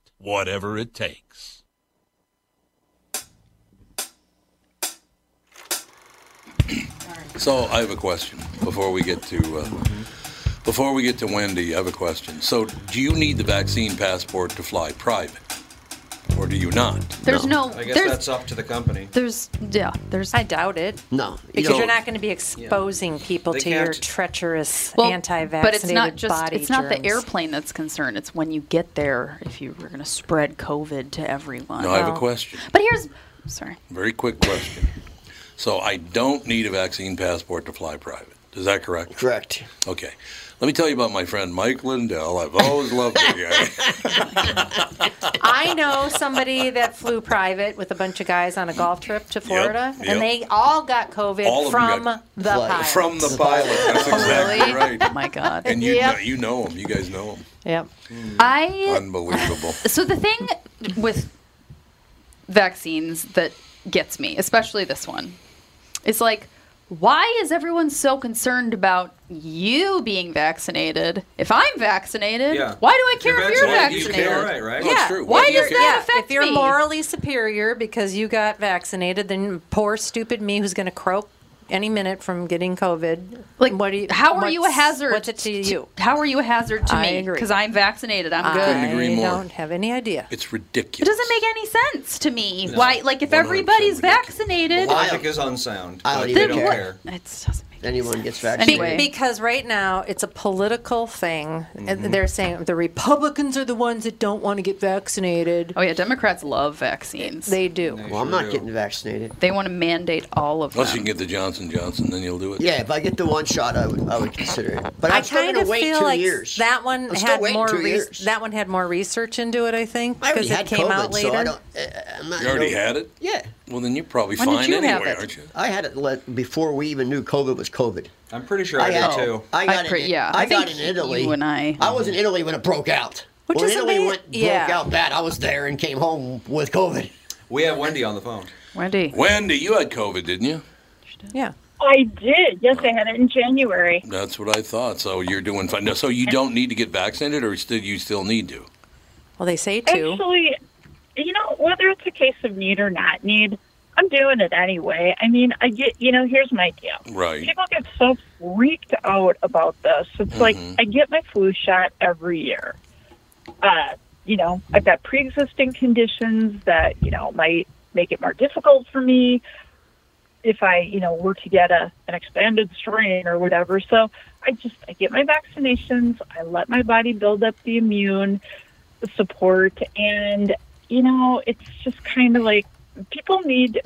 A: whatever it takes. So I have a question before we get to uh, before we get to Wendy. I have a question. So do you need the vaccine passport to fly private, or do you not?
C: There's no,
E: I guess
C: there's,
E: that's up to the company.
C: there's, yeah, there's,
D: I doubt it.
B: No, you
D: Because
B: don't.
D: you're not going to be exposing people
E: They
D: to your
E: can't-
D: treacherous
C: Well,
D: anti-vaccinated
C: but it's not just
D: body
C: it's not the
D: germs.
C: airplane that's concerned it's when you get there if you were going to spread covid to everyone
A: No, I have a
D: Well-
A: question.
C: but here's sorry
A: Very quick question. So I don't need a vaccine passport to fly private. Is that correct?
B: Correct.
A: Okay. Let me tell you about my friend Mike Lindell. I've always loved that guy.
D: I know somebody that flew private with a bunch of guys on a golf trip to Florida,
A: yep.
D: and they all got COVID
A: All of them
D: from
A: got-
D: the
B: Flight.
D: pilot.
A: From the pilot. That's exactly
C: Really? Oh
A: right.
C: My God.
A: And you,
D: Yep.
A: know, you know him. You guys know him.
D: yep.
C: I
A: Unbelievable.
C: so the thing with vaccines that gets me, especially this one, is like why is everyone so concerned about you being vaccinated? If I'm vaccinated,
E: Yeah.
C: why do I care
E: You're
C: if you're
E: vaccinated, you
C: vaccinated?
E: care, right, right?
A: No,
E: Yeah.
A: it's true.
C: Why
A: do you
C: does
A: care?
C: that affect
D: if you're
C: me?
D: morally superior because you got vaccinated, then poor stupid me who's going to croak any minute from getting COVID.
C: Like,
D: what do you?
C: How are you a
D: what's-
C: hazard
D: What's it to you?
C: How are you a hazard to
D: I
C: me?
D: agree.
C: Because I'm vaccinated. I'm good.
A: couldn't agree
D: I
A: more.
D: don't have any idea.
A: It's
C: It
A: ridiculous.
C: doesn't make any sense to me. Why? Like, if
A: 100%
C: everybody's
A: ridiculous.
C: vaccinated,
E: The logic is unsound.
B: I don't
E: Like,
B: even
E: they don't
B: care.
E: care.
C: it doesn't make any
B: Anyone
C: sense.
B: gets vaccinated.
C: Anyway.
D: Because right now it's a political thing.
B: Mm-hmm.
D: and They're saying the Republicans are the ones that don't want to get vaccinated.
C: Oh yeah, Democrats love vaccines. They
D: They do.
E: They
B: Well, I'm
E: sure
B: not
E: do.
B: getting vaccinated.
C: they want to mandate all of
A: Unless you can
C: them.
A: get the Johnson Johnson, then you'll do it.
B: Yeah, if I get the one shot, I would, I would consider it. But I'm
D: I
B: still
D: kind
B: gonna
D: of
B: wait
D: feel
B: two
D: like
B: years.
D: that one
B: I'm still
D: had
B: waiting
D: more
B: two
D: re-
B: years.
D: that one had more research into it, I think,
B: I already
D: because it
B: had
D: came
B: COVID,
D: out later.
B: so I don't. I- I'm not.
A: You already
B: no-
A: had it?
B: Yeah,
A: Well, then you're probably
C: When did
A: fine
C: you
A: anyway,
C: have it?
A: aren't you?
B: I had it let, before we even knew COVID was COVID.
E: I'm pretty sure I,
B: I got
E: do too.
B: I got
C: I pre-
B: it.
C: yeah,
B: I,
C: I
B: got
C: think
B: it in Italy.
C: you and I-
B: I was in Italy when it broke out.
D: Which
B: when
D: is
B: Italy
D: amazing.
B: went broke
D: Yeah.
B: out bad, I was there and came home with COVID.
E: We have Wendy on the phone.
C: Wendy,
A: Wendy, you had COVID, didn't you?
D: yeah.
J: I did. Yes, I had it in January.
A: That's what I thought. So you're doing fine. No, so you don't need to get vaccinated, or still you still need to?
D: Well, they say two.
J: Actually, you know, whether it's a case of need or not need, I'm doing it anyway. I mean, I get, you know, here's my deal.
A: Right.
J: People get so freaked out about this. It's like I get my flu shot every year. Uh, you know, I've got pre existing conditions that, you know, might make it more difficult for me if I, you know, were to get a an expanded strain or whatever. So I just I get my vaccinations, I let my body build up the immune support and you know, it's just kind of like people need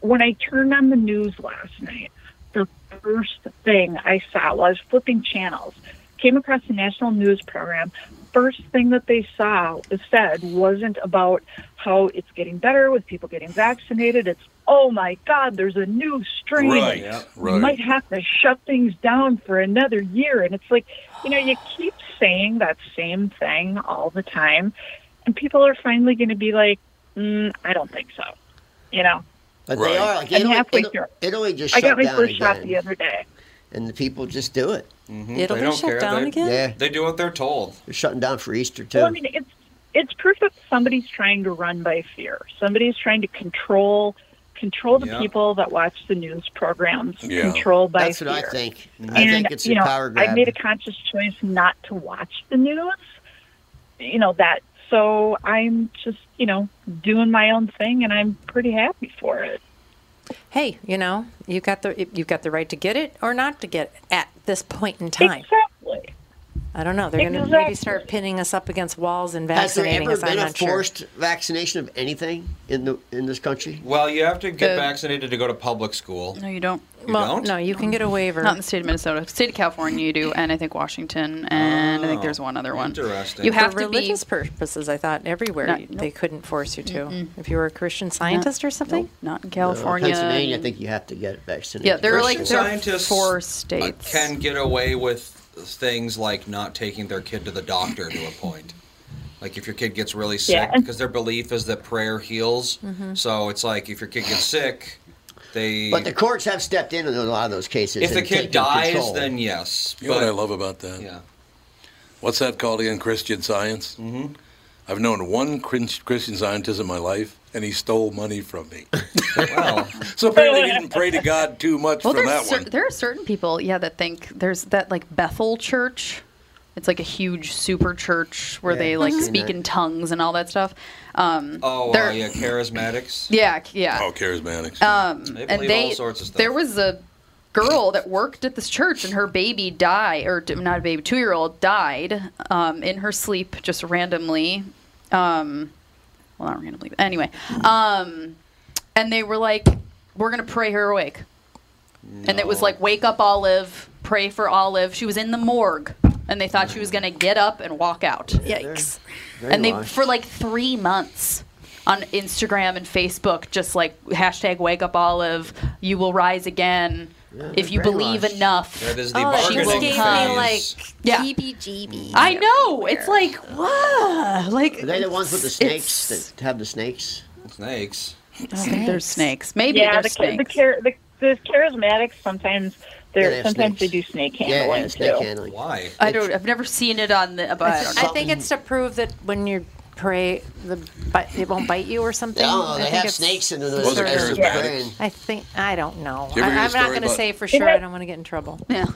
J: when I turned on the news last night, the first thing I saw while I was flipping channels, came across a national news program. First thing that they saw said wasn't about how it's getting better with people getting vaccinated. It's oh my God, there's a new strain.
A: Right.
E: Yeah.
A: Right.
J: Might have to shut things down for another year. And it's like, you know, you keep saying that same thing all the time, and people are finally going to be like, mm, I don't think so. You know,
B: But
A: Right.
B: they are like
J: I'm
B: Italy.
J: halfway
B: Italy,
J: through.
B: Italy just
J: I
B: shut
J: got my
B: down
J: first
B: again,
J: shot the other day.
B: and the people just do it.
D: It'll
E: Mm-hmm. They
D: be
E: don't
D: shut
E: care.
D: down
E: They-
D: again.
B: Yeah,
E: They do what they're told.
B: they're shutting down for Easter too.
J: Well, I mean, it's it's proof that somebody's trying to run by fear. Somebody's trying to control control the
E: Yeah.
J: people that watch the news programs.
A: Yeah.
J: Controlled by
B: That's
J: fear.
B: what I think. I
J: and
B: think it's
J: you
B: a
J: know,
B: power
J: I
B: grab.
J: made a conscious choice not to watch the news. You know that, so I'm just you know doing my own thing, and I'm pretty happy for it.
D: Hey, you know, you got the you got the right to get it or not to get it at this point in time.
J: Exactly.
D: I don't know. They're going to maybe
J: Exactly.
D: start pinning us up against walls and
B: Has there
D: vaccinating
B: ever
D: us. I'm
B: been a
D: not sure.
B: forced vaccination of anything in the in this country?
E: Well, you have to get
C: The-
E: vaccinated to go to public school.
C: no, you don't.
E: You
D: Well,
E: don't?
D: No, you can get a waiver.
C: Not in the state of Minnesota. State of California, you do, and I think Washington, and
B: Oh,
C: I think there's one other one.
E: interesting.
C: You have
D: for
C: to be
D: religious purposes, I thought everywhere
C: Not-
D: you-
C: nope.
D: they couldn't force you to. If you were a Christian Scientist or something,
C: Nope, not in
B: Uh,
C: California.
B: Pennsylvania, I think you have to get vaccinated.
C: Yeah, they're like
E: Christian
C: there are
E: scientists
C: four
E: Uh,
C: states.
E: can get away with things like not taking their kid to the doctor to a point. Like if your kid gets really sick,
J: Yeah.
E: because their belief is that prayer heals.
C: Mm-hmm.
E: So it's like if your kid gets sick, they.
B: But the courts have stepped in in a lot of those cases.
E: if the
B: and
E: kid
B: taken
E: dies,
B: control.
E: then yes.
A: You know what I
E: but-
A: love about that?
E: Yeah.
A: What's that called again? Christian Science? Mm-hmm. I've known one Chris- Christian scientist in my life, and he stole money from me.
E: Well,
A: so apparently, I didn't pray to God too much
C: well,
A: for
C: there's
A: that
C: cer-
A: one.
C: there are certain people, yeah, that think there's that like Bethel Church. It's like a huge super church where
B: Yeah,
C: they like
B: Mhm.
C: speak in tongues and all that stuff. Um,
E: oh, uh,
C: They're-
E: yeah, charismatics.
C: yeah, c- yeah.
A: oh, charismatics.
E: They
C: um, and
E: believe
C: they
E: all sorts of stuff.
C: there was a girl that worked at this church and her baby died or d- not a baby two year old died um, in her sleep just randomly um, well not randomly but anyway um, and they were like we're gonna pray her awake and it was like wake up olive pray for Olive. She was in the morgue, and they thought she was going to get up and walk out. Yikes!
B: very
C: and they
B: washed.
C: for like three months on Instagram and Facebook, just like hashtag Wake Up Olive. You will rise again if you believe
B: brainwashed.
C: enough.
E: That is the
C: Oh, she
E: bargaining
C: will
E: phase.
C: come. Yeah.
K: heebie-jeebies.
C: I know. It's like what? Like
B: Are they the ones with the snakes
C: it's-
B: that have the snakes?
E: Snakes.
C: I don't think there's snakes. Maybe
J: yeah, the,
C: there's
J: cha- the,
C: snakes.
J: char- the, the charismatics sometimes
B: Yeah,
J: they're
B: they have
J: sometimes
B: snakes.
J: they do snake
B: Yeah,
J: handling
B: yeah, snake
J: too.
B: handling.
E: Why?
C: I don't. I've never seen it on the. But I don't know.
D: I think it's to prove that when you pray, the bite, it won't bite you or something.
B: No, Oh,
D: I
B: they
D: think
B: have
D: it's-
B: snakes in the
A: Those are
B: those-
A: charismatics.
B: brain.
D: I think I don't know.
A: Do
D: I,
A: you ever hear
D: I'm
A: the
D: not
A: story
D: going to
A: about-
D: say for sure. I don't want to get in trouble.
C: Yeah.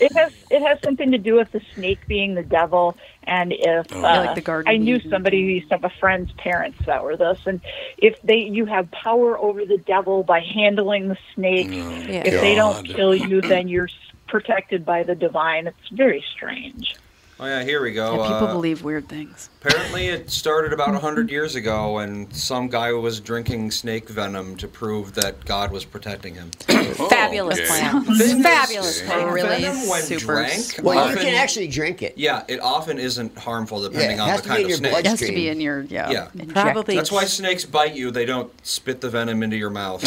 J: It has it has something to do with the snake being the devil, and if uh,
C: Yeah, like the Garden
J: I
C: of
J: knew
C: Eden.
J: somebody who used to have a friend's parents that were this, and if they you have power over the devil by handling the snake,
D: Yeah.
J: if they don't
A: God.
J: kill you, then you're s- protected by the divine. It's very strange.
E: Oh yeah, here we go.
C: Yeah, people
E: Uh,
C: believe weird things.
E: Apparently, it started about 100 years ago, and some guy was drinking snake venom to prove that God was protecting him.
D: Oh, Fabulous
A: Oh, okay.
D: plan.
E: Venom-
D: Fabulous
E: snake
D: plan.
C: Really
E: venom when
C: super
E: drank.
C: smart.
B: Well, you
E: often-
B: can actually drink it.
E: Yeah, it often isn't harmful depending
B: Yeah, it
E: on the
B: has to be
E: kind
B: in
E: of
B: your
E: snake.
B: blood.
C: It has to be in your yeah.
E: Yeah.
C: inject.
D: Probably.
E: That's why snakes bite you; they don't spit the venom into your mouth.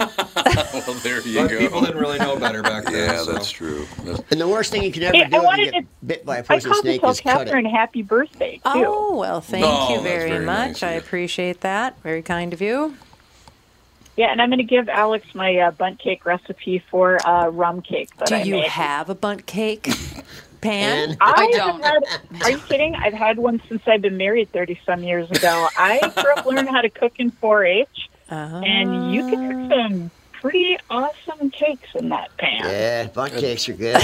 A: Well, there you
E: but
A: go.
E: people didn't really know better back then.
A: yeah,
E: so.
A: that's true. That's-
B: And the worst thing you can ever
J: Hey, I
B: do if you
J: wanted
B: get
J: to-
B: bit by a
J: I
B: poisonous
J: called to
B: snake
J: tell
B: is cut
J: Catherine
B: it.
J: happy birthday too.
D: Oh well, thank
A: No,
D: you
A: that's
D: very,
A: very nice
D: much.
A: of
D: I
A: you.
D: appreciate that. Very kind of you.
J: Yeah, and I'm going to give Alex my uh, bunt cake recipe for uh, rum cake that
D: Do
J: I
D: you
J: made.
D: have a bunt cake pan?
B: And
J: I,
C: I
J: haven't
C: don't.
J: Had, are you kidding? I've had one since I've been married 30 some years ago. I grew up learning how to cook in 4-H,
D: Uh-huh.
J: and you can cook some pretty awesome cakes in that pan.
B: yeah, butt cakes are good.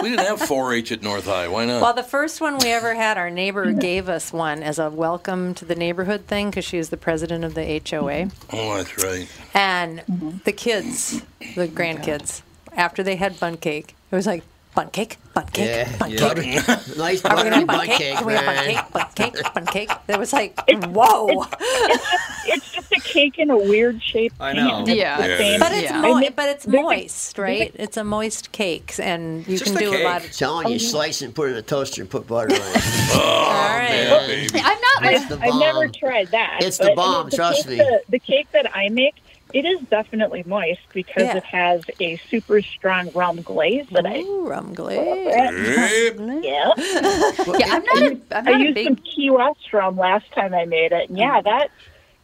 A: we didn't have 4-H at North High. Why not?
D: Well, the first one we ever had, our neighbor gave us one as a welcome to the neighborhood thing because she was the president of the HOA.
A: oh, that's right.
D: And the kids,
J: Oh
D: the grandkids, after they had bun cake, it was like bun cake, bun cake,
B: Yeah.
D: bun
E: Yeah.
D: cake.
B: nice
D: Are we
B: buttery
D: gonna
B: butt
D: have bun
B: cake,
D: cake? Are we gonna
B: man.
D: have bun cake, bun cake, bun cake? That was like, whoa!
J: It's just a cake in a weird shape.
E: I know.
J: pan.
C: Yeah.
J: It's the same.
D: But it's
C: Yeah.
D: mo-
J: I mean,
D: but it's
J: there's a-
D: moist, right? It's a moist cake, and you
E: Just
D: can
E: a
D: do a lot
E: cake.
D: of.
B: Telling
J: Oh,
B: you, slice it and put it in a toaster and put butter on it.
D: All right.
A: Yeah, baby.
C: I'm not like
B: It's the
J: I've never
B: bomb.
J: tried that.
B: It's the
J: but, I mean,
B: bomb, trust
J: cake
B: me.
J: That, the cake that I make, it is definitely moist because
D: Yeah.
J: it has a super strong rum glaze that I
D: Ooh, rum glaze.
A: Yep.
J: yeah.
C: yeah. I'm not a. I'm
J: I
C: not a
J: used some
C: big. Mm.
J: Key West rum last time I made it, and yeah, that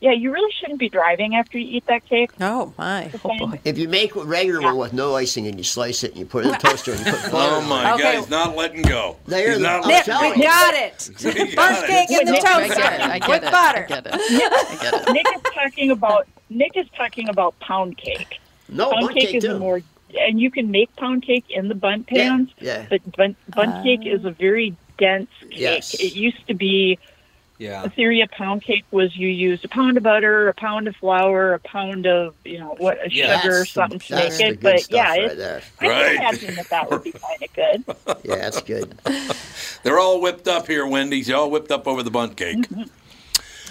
J: yeah, you really shouldn't be driving after you eat that cake.
D: Oh my!
C: Oh boy.
B: If you make a regular one with no icing and you slice it and you put it in the toaster and you put butter
A: Oh
B: on it.
A: my God,
D: Okay.
A: he's not letting go.
B: There
A: he's
B: is-
A: not
B: I'm
A: letting
B: telling
A: go.
B: you.
D: Got it.
A: He got
D: First
A: it.
D: cake in the
J: With
C: I get it.
D: toaster
C: I get
D: with
C: it.
D: butter.
C: I get it. I get it.
J: Nick is talking about Nick is talking about pound cake.
B: No,
J: pound
B: butt cake,
J: is
B: too.
J: a more and you can make pound cake in the bunt
B: Yeah,
J: pans,
B: yeah.
J: but bunt, bunt
C: Uh.
J: cake is a very dense cake.
B: Yes.
J: It used to be
E: Yeah.
J: the theory of pound cake was you used a pound of butter, a pound of flour, a pound of you know what a
E: Yeah.
J: sugar or
B: That's the-
J: something to
B: that's
J: make
B: the good
J: it. But
B: stuff
J: yeah,
B: right
J: it's,
B: there.
J: I
A: Right.
J: can imagine that that would be kind of good.
B: Yeah, that's good.
A: They're all whipped up here, Wendy's. They're all whipped up over the bunt cake.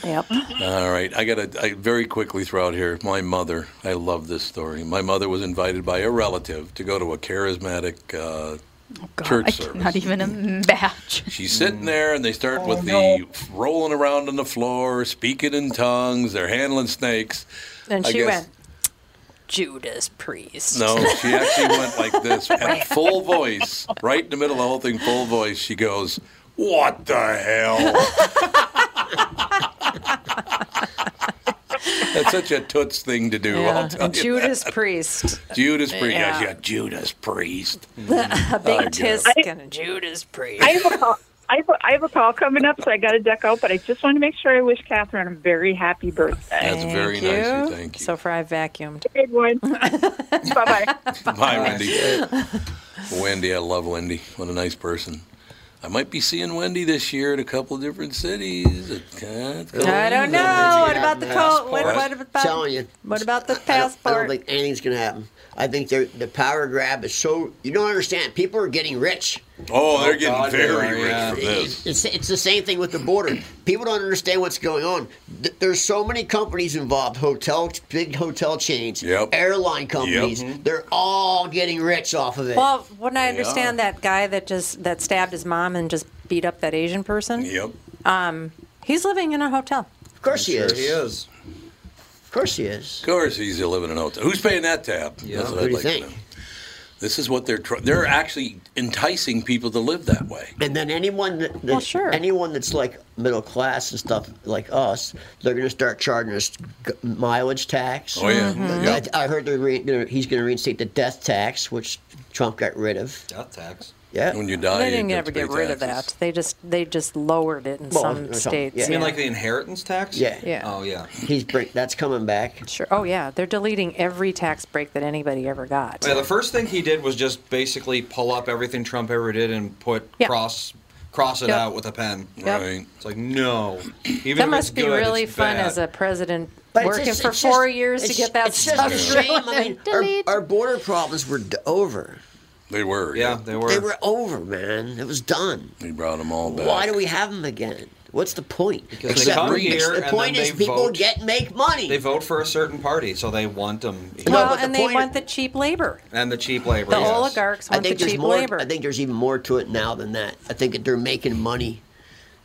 D: Yep.
A: All right, I got to I, very quickly throw out here. My mother, I love this story. My mother was invited by a relative to go to a charismatic uh,
C: Oh, God,
A: church
C: I
A: service.
C: cannot even imagine.
A: She's
B: Mm.
A: sitting there, and they
C: Oh,
A: start with the rolling around on the floor, speaking in tongues. They're handling snakes.
D: And
A: I
D: she
A: guess-
D: went. Judas Priest.
A: No, she actually went like this at full voice, right in the middle of the whole thing, full voice. She goes, "What the hell?" That's such a toots thing to do. I'll
D: Yeah.
A: tell
D: And
A: you
D: Judas Priest.
A: that. Judas Priest. Yeah.
D: Yeah.
A: yeah, Judas Priest. Oh,
D: A
A: I
D: big
A: guess.
D: tisk and a Judas Priest.
J: I have a call. I have, a, I have a call coming up, so I got to duck out. But I just want to make sure I wish Catherine a very happy birthday.
A: That's very nice of you. Thank you.
D: So far, I vacuumed.
J: Good one. bye bye.
A: Bye, Wendy. Wendy, I love Wendy. What a nice person. I might be seeing Wendy this year at a couple of different cities. It can't go
D: I don't know. What about the coat? What, what
B: telling
D: about
B: you.
D: what about the
B: I don't, I don't
D: passport?
B: think anything's going to happen. I think they're- the power grab is so. You don't understand. People are getting rich.
A: Oh, they're getting
E: God, they
A: very
E: are,
A: rich
E: yeah.
A: for this.
B: It's, it's the same thing with the border. People don't understand what's going on. Th- There's so many companies involved hotel, big hotel chains,
A: Yep.
B: airline companies. They're all getting rich off of it.
D: Well, wouldn't I understand that guy that just that stabbed his mom and just beat up that Asian person? um,
A: Yep.
D: He's living in a hotel.
B: of course he
E: Sure
B: is.
E: he is.
B: Of course he is.
A: Of course, he's living in a hotel. Who's paying that tab? That's what
B: Who
A: I'd
B: do you
A: like to
B: think?
A: know. This is what they're tr- they're actually enticing people to live that way.
B: And then anyone that, that
D: Well, sure.
B: anyone that's like middle class and stuff like us, they're going to start charging us g- mileage tax.
A: Oh yeah.
D: Mm-hmm.
A: Yep.
B: I, I heard they're re- gonna- he's going to reinstate the death tax, which Trump got rid of.
E: Death tax.
B: Yeah.
A: When you die,
D: they
A: you
D: didn't
A: have
D: ever
A: to pay
D: get rid of
A: taxes.
D: that. They just they just lowered it in
B: Well, or
D: some
B: something,
D: states.
B: yeah.
E: You mean like the inheritance tax?
B: Yeah.
D: Yeah.
E: Oh yeah.
B: He's bring, that's coming back.
D: Sure. Oh yeah, they're deleting every tax break that anybody ever got.
E: Yeah, the first thing he did was just basically pull up everything Trump ever did and put
D: Yeah.
E: cross cross it
D: Yep.
E: out with a pen.
D: Yep.
A: Right.
E: It's like no. Even
D: that
E: if
D: must
E: it's
D: be
E: good,
D: really
E: it's
D: fun
E: bad.
D: as a president
B: But it's
D: working
B: just-
D: for
B: it's
D: four
B: just-
D: years to
B: it's-
D: get that
B: it's
D: stuff
B: just a shame. I
D: ruined.
B: mean, our, our border problems were d- over.
A: They were.
E: yeah, they were.
B: They were over, man. It was done.
A: He brought them all back.
B: Why do we have them again? What's the point?
E: they come here
B: it's-
E: and
B: the point
E: then
B: is
E: they
B: people
E: vote.
B: get make money.
E: They vote for a certain party, so they want them.
D: well,
B: but the
D: and they
B: point-
D: want the cheap labor.
E: and the cheap labor.
D: The
E: yes.
D: oligarchs
B: I
D: want
B: think
D: the
B: there's
D: cheap
B: more.
D: labor.
B: I think there's even more to it now than that. I think that they're making money.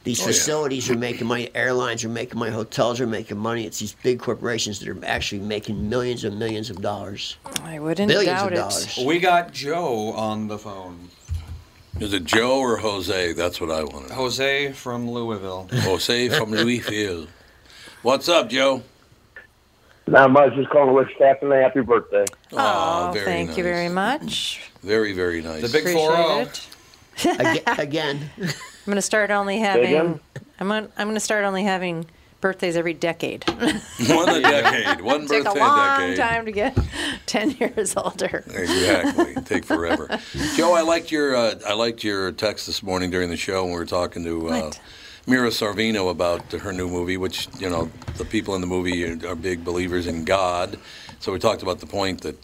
B: These
A: Oh, yeah.
B: facilities are making money. Airlines are making money. Hotels are making money. It's these big corporations that are actually making millions and millions of dollars.
D: I wouldn't
B: Billions
D: doubt
B: of
D: it.
B: dollars.
E: We got Joe on the phone.
A: Is it Joe or Jose? That's what I want to know.
E: Jose from Louisville.
A: Jose from Louisville. What's up, Joe?
K: Not much. Just calling to wish Captain a happy birthday.
D: Oh,
A: Aw, very
D: thank you
A: nice.
D: very much.
A: Very, very nice.
E: The big
D: Appreciate
E: four oh. zero.
D: it.
B: Aga- again,
D: I'm gonna start only
K: again?
D: having. I'm on, I'm gonna start only having birthdays every decade.
A: one a decade. One
D: Take
A: birthday
D: a long
A: decade.
D: time to get ten years older.
A: Exactly. Take forever. Joe, I liked your uh, I liked your text this morning during the show when we were talking to uh,
D: What?
A: Mira Sorvino about her new movie, which you know the people in the movie are, are big believers in God. So we talked about the point that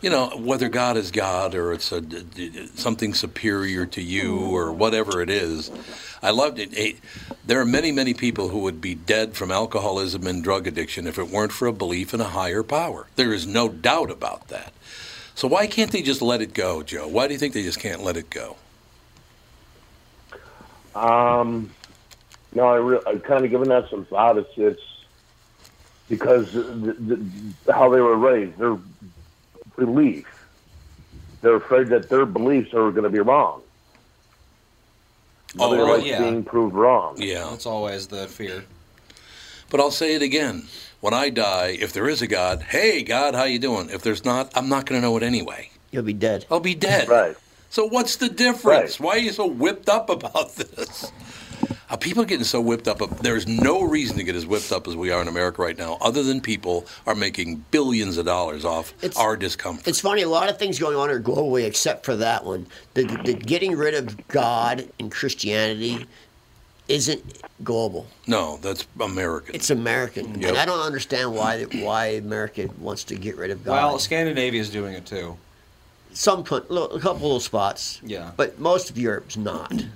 A: you know whether God is God or it's a, d- d- something superior to you or whatever it is. I loved it. It- There are many, many people who would be dead from alcoholism and drug addiction if it weren't for a belief in a higher power. There is no doubt about that. So why can't they just let it go, Joe? Why do you think they just can't let it go?
K: Um, no, I re- I've kind of given that some thought. It's, it's because the, the, how they were raised, their belief. They're afraid that their beliefs are going to be wrong.
A: Oh,
K: they
A: right,
K: like
E: yeah.
K: being proved wrong.
A: Yeah.
E: That's always the fear.
A: But I'll say it again. When I die, if there is a God, hey God, how you doing? If there's not, I'm not going to know it anyway.
B: you'll be dead.
A: I'll be dead.
K: Right.
A: So what's the difference?
K: Right.
A: Why are you so whipped up about this? Uh, people are getting so whipped up. There's no reason to get as whipped up as we are in America right now, other than people are making billions of dollars off
B: It's-
A: our discomfort.
B: It's funny. A lot of things going on are globally, except for that one. The, the, the getting rid of God and Christianity isn't global.
A: no, that's American.
B: It's American,
A: Yep.
B: and I don't understand why why America wants to get rid of God.
E: Well, Scandinavia is doing it too.
B: some coun- lo- a couple little spots.
E: Yeah.
B: But most of Europe's not.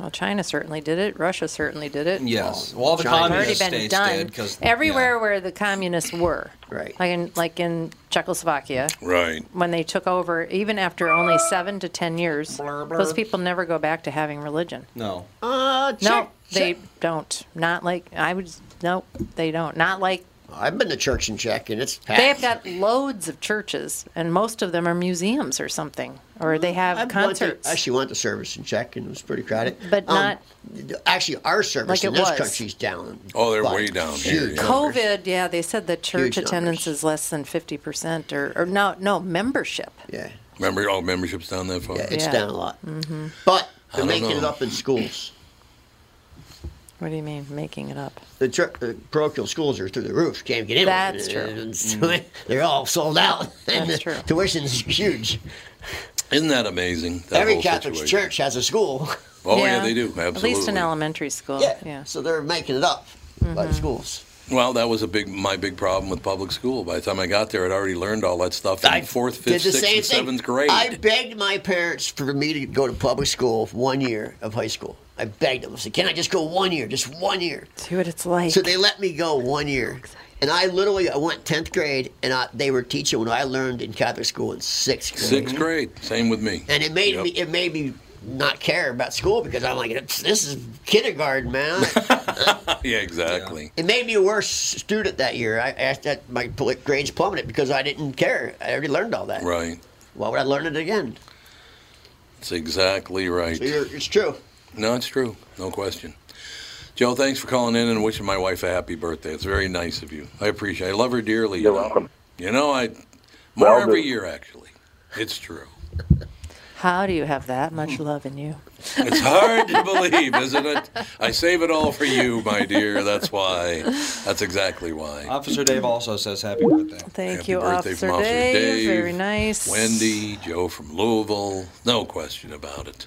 D: Well, China certainly did it. Russia certainly did it.
E: Yes. Well, all the
B: China.
D: It's already
E: communist
D: been
E: states
D: done.
E: did because
D: Everywhere where the communists were,
B: Right.
D: Like in like in Czechoslovakia,
A: right.
D: when they took over, even after only seven to ten years,
E: Blur, blur.
D: those people never go back to having religion.
E: No.
B: Uh,
D: No,
B: check-
D: they
B: check-
D: don't. Not like I would. No, they don't. Not like
B: I've been to church and check, and it's packed.
D: they've got loads of churches, and most of them are museums or something, or they have
B: I've went to-
D: concerts.
B: actually went to service and check, and it was pretty crowded.
D: But not-
B: th- Actually, our service
D: Like
B: in
D: it
B: this
D: was.
B: country's down.
A: Oh, they're
B: by
A: way down here,
B: huge
A: yeah.
B: numbers.
D: COVID, yeah, they said the church
B: Huge numbers.
D: attendance is less than fifty percent, or, or no, no membership.
B: Yeah.
A: Remember, all memberships down that far.
B: Yeah, it's
D: Yeah.
B: down a lot.
D: Mm-hmm.
B: But they're
A: don't
B: making it
A: know.
B: up in schools.
D: What do you mean making it up?
B: The church, uh, parochial schools are through the roof. Can't get in. Uh,
D: That's true.
B: And so
A: Mm.
B: They're all sold out. and
D: That's
B: the
D: true.
B: Tuition's huge.
A: Isn't that amazing? that
B: Every
A: whole
B: Catholic
A: situation?
B: church has a school.
A: Oh yeah, they do. Absolutely.
D: At least in elementary school.
B: Yeah.
D: Yeah. Mm-hmm.
B: So they're making it up by the schools.
A: Well, that was a big my big problem with public school. By the time I got there, I'd already learned all that stuff in fourth, fifth,
B: Did the
A: sixth,
B: same
A: and
B: thing.
A: seventh grade.
B: I begged my parents for me to go to public school for one year of high school. I begged them. I said, "Can I just go one year? Just one year."
D: See what it's like.
B: So they let me go one year, and I literally I went tenth grade, and I, they were teaching what I learned in Catholic school in sixth grade.
A: Sixth
D: Mm-hmm.
A: grade, same with me.
B: and it made
A: Yep.
B: me it made me not care about school because I'm like, "This is kindergarten, man."
A: yeah, exactly.
B: It made me a worse student that year. I asked that my pl- grades plummeted because I didn't care. I already learned all that.
A: Right.
B: Why would I learn it again?
A: That's exactly right.
B: So you're, it's true.
A: No, it's true. No question. Joe, thanks for calling in and wishing my wife a happy birthday. It's very nice of you. I appreciate. it. I love her dearly. You're welcome. You know, I more
D: Well,
A: every
D: the-
A: year actually. It's true.
D: How do you have that much love in you?
A: It's hard to believe, isn't it? I save it all for you, my dear. That's why. That's exactly why.
E: Officer Dave also says happy birthday.
D: Thank
A: Happy
D: you,
A: birthday
D: Officer
A: from Officer
D: Dave.
A: Dave.
D: Very nice.
A: Wendy, Joe from Louisville. No question about it.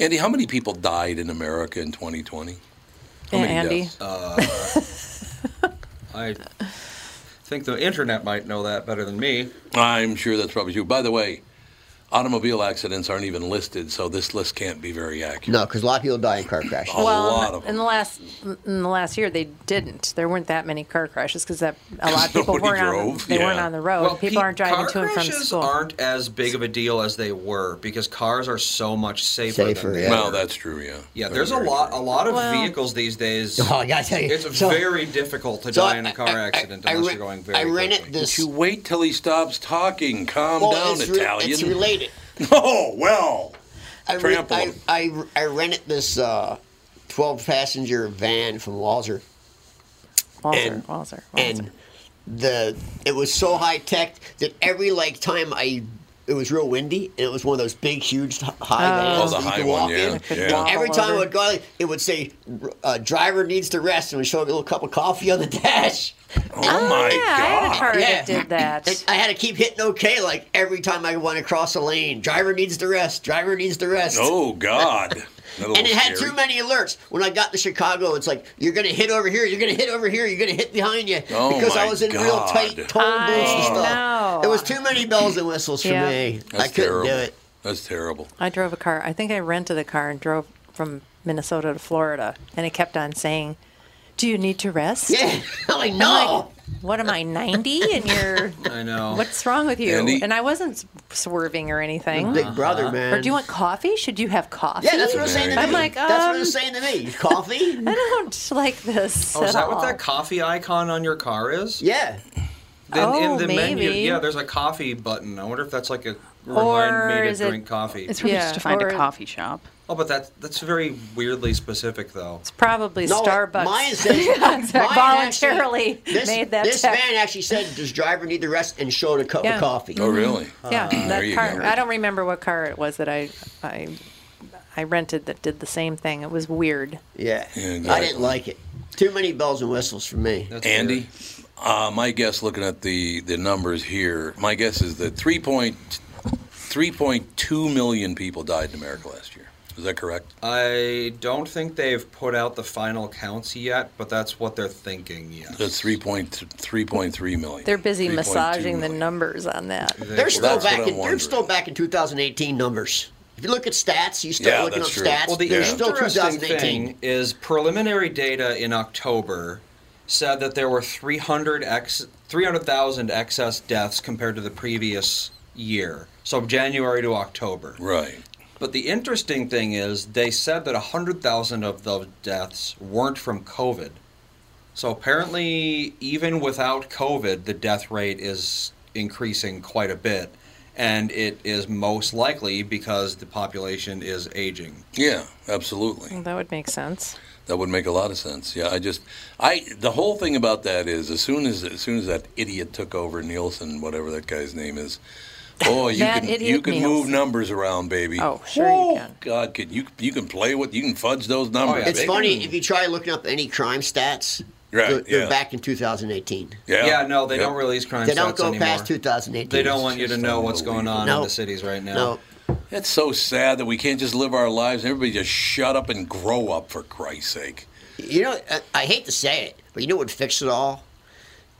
A: Andy, how many people died in America in 2020? How
D: Yeah,
A: many
D: Andy.
A: deaths?
B: Uh,
E: I think the internet might know that better than me.
A: I'm sure that's probably true. By the way, automobile accidents aren't even listed, so this list can't be very accurate.
B: No, because a lot of people die in car crashes.
A: A
D: well,
A: lot of them.
D: in the last in the last year, they didn't. There weren't that many car crashes because that a lot of people
A: Nobody
D: weren't on
A: drove,
D: the, they weren't
A: yeah.
D: on the road. people aren't driving
E: car
D: to and from
E: crashes
D: school.
E: aren't as big of a deal as they were because cars are so much safer.
B: Safer,
E: than
B: yeah.
A: Well, that's true. Yeah.
E: Yeah, there's a lot, a lot of vehicles these days.
B: Oh, I gotta tell you,
E: it's
B: so-
E: very difficult to
B: so
E: die
B: I-
E: in a car accident
B: I
E: unless
B: re-
E: you're going very.
B: I rented
E: quickly.
B: this.
A: You wait till he stops talking. Calm
B: Well,
A: down,
B: it's, re-
A: Italian.
B: it's related.
A: Oh well.
B: I, re-
A: Trample
B: I,
A: him.
B: I, I rented this uh, 12 passenger van from Walzer.
D: Walzer,
B: and-
D: Walzer, Walzer.
B: And the it was so high tech that every like time I it was real windy and it was one of those big huge h- high
A: Oh.
B: vans
A: Oh, the
B: that you
A: high
B: could
A: one,
B: walk
A: yeah,
B: in.
A: yeah.
B: Well, every
D: Topple
B: time I
D: over.
B: would go out, it would say uh, driver needs to rest and we show a little cup of coffee on the dash.
A: Oh my
D: yeah, Ah, I had a
A: God.
D: car
B: Yeah.
D: that did that.
B: I had to keep hitting okay like every time I went across a lane. Driver needs to rest. Driver needs to rest.
A: Oh God.
B: And it had too many alerts. When I got to Chicago, it's like you're gonna hit over here, you're gonna hit over here, you're gonna hit behind you
A: Oh,
B: because I
A: my
B: was in real
A: God.
B: tight toll booths and
D: I
B: stuff.
D: know.
B: It was too many bells and whistles for
D: Yeah.
B: me.
A: That's
B: I couldn't
A: terrible.
B: do it.
A: That's terrible.
D: I drove a car. I think I rented a car and drove from Minnesota to Florida, and it kept on saying, "Do you need to rest?"
B: Yeah, I'm like
D: I'm
B: no.
D: like, what am I, 90? And you're,
E: I know.
D: what's wrong with you?
A: Andy-
D: And I wasn't swerving or anything.
B: Big brother, man.
D: Or do you want coffee? Should you have coffee?
B: Yeah, that's what I was saying to me.
D: I'm like,
B: that's what I was
D: um,
B: saying to me. Coffee?
D: I don't like this.
E: Oh, is
D: at
E: that what
D: all.
E: that coffee icon on your car is?
B: yeah.
E: Then
D: Oh,
E: in the menu,
D: maybe.
E: yeah, there's a coffee button. I wonder if that's like a
D: Or
E: remind me
D: is
E: to
D: it-
E: drink coffee.
C: It's really
D: Yeah,
C: just to find
D: or-
C: a coffee shop.
E: Oh, but that's that's very weirdly specific though.
D: It's probably
B: No,
D: Starbucks.
B: Mine said
D: exactly.
B: mine actually-
D: Voluntarily
B: this,
D: made that
B: This
D: text.
B: man actually said, "Does driver need to rest?" and showed a cup
D: Yeah.
B: of coffee.
A: Oh really?
D: Yeah,
A: there
D: that
A: you
D: car.
A: go.
D: I don't remember what car it was that I, I, I rented that did the same thing. It was weird.
B: Yeah,
A: Yeah,
B: I
A: exactly.
B: didn't like it. Too many bells and whistles for me.
E: That's
A: Andy, uh, my guess, looking at the, the numbers here, my guess is that 3.2 million people died in America last year. Is that correct?
E: I don't think they've put out the final counts yet, but that's what they're thinking. Yes.
A: That's 3.3 million.
D: They're busy
A: 3.2
D: massaging the
A: million.
D: numbers on that.
E: They-
B: They're still
A: that's what
B: back.
A: I'm
B: In, they're
A: wondering.
B: still back in 2018 numbers. If you look at stats, you start
A: Yeah,
B: looking up
A: that's true.
B: stats.
E: well, the
A: Yeah.
B: they're still
E: interesting
B: 2018.
E: thing is preliminary data in October said that there were 300 ex 300,000 excess deaths compared to the previous year. So January to October.
A: Right.
E: But the interesting thing is, they said that 100,000 of those deaths weren't from COVID. So apparently, even without COVID, the death rate is increasing quite a bit. And it is most likely because the population is aging.
A: Yeah, absolutely.
D: That would make sense.
A: That would make a lot of sense. Yeah, I just, I the whole thing about that is as soon as as soon as that idiot took over Nielsen, whatever that guy's name is, boy, you
D: That
A: can
D: idiot
A: you can move
D: Nielsen.
A: numbers around, baby.
D: Oh, sure you
A: Whoa,
D: can.
A: God, can you you can play with you can fudge those numbers.
E: yeah.
B: It's
A: baby.
B: funny if you try looking up any crime stats.
A: Right,
B: They're, they're
A: yeah.
B: back in 2018.
A: Yeah,
E: Yeah, no, they
A: Yep.
E: don't release crime
B: They
E: stats
B: don't go
E: anymore.
B: past 2018.
E: They don't want you to
A: Just
E: know what's going on in
B: unbelievable.
E: the cities right now.
B: No,
A: It's so sad that we can't just live our lives. Everybody just shut up and grow up for Christ's sake.
B: you know I, I hate to say it, But you know what would fix it all?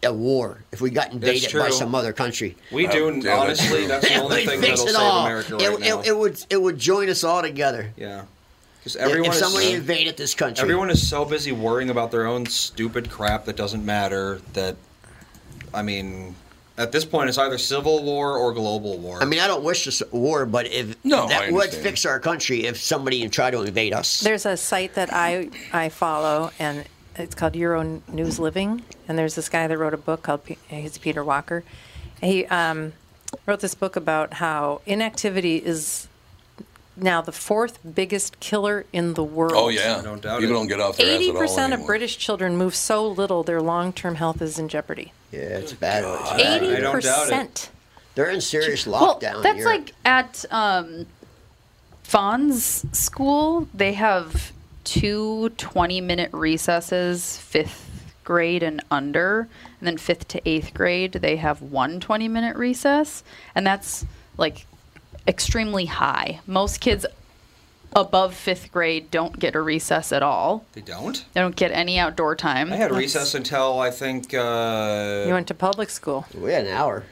B: A war. If we got invaded by
E: true.
B: some other country.
E: We do,
A: Oh, damn, that's
E: honestly,
A: true.
E: that's the only
B: It
E: thing
B: would
E: that'll
B: fix
E: save
B: it all.
E: America
B: it,
E: right now.
B: it, it would it would join us all together.
E: yeah. Because
B: If-
E: everyone
B: if
E: is-
B: somebody invaded this country.
E: Everyone is so busy worrying about their own stupid crap that doesn't matter that I mean at this point it's either civil war or global war.
B: I mean, I don't wish this war, but if
A: No, I
B: that would
A: understand.
B: fix our country if somebody tried to invade us.
D: There's a site that I I follow, and it's called Euro News Living. And there's this guy that wrote a book called P- he's Peter Walker. He um, wrote this book about how inactivity is now the fourth biggest killer in the world.
A: Oh yeah,
E: don't doubt
A: people
E: it.
A: don't get off their
D: Eighty
A: ass at all
D: percent of
A: anymore.
D: British children move so little their long-term health is in jeopardy.
B: yeah, it's bad. It's bad.
D: Eighty
E: don't doubt
D: percent.
B: They're in serious
C: Well,
B: lockdown. in
C: that's
B: Europe.
C: like at um, Fawn's school, they have two 20 minute recesses, fifth grade and under. And then fifth to eighth grade, they have one 20 minute recess. And that's like extremely high. Most kids above fifth grade don't get a recess at all,
E: they don't?
C: they don't get any outdoor time.
E: I had a recess until I think uh,
D: You went to public school.
B: we had an hour.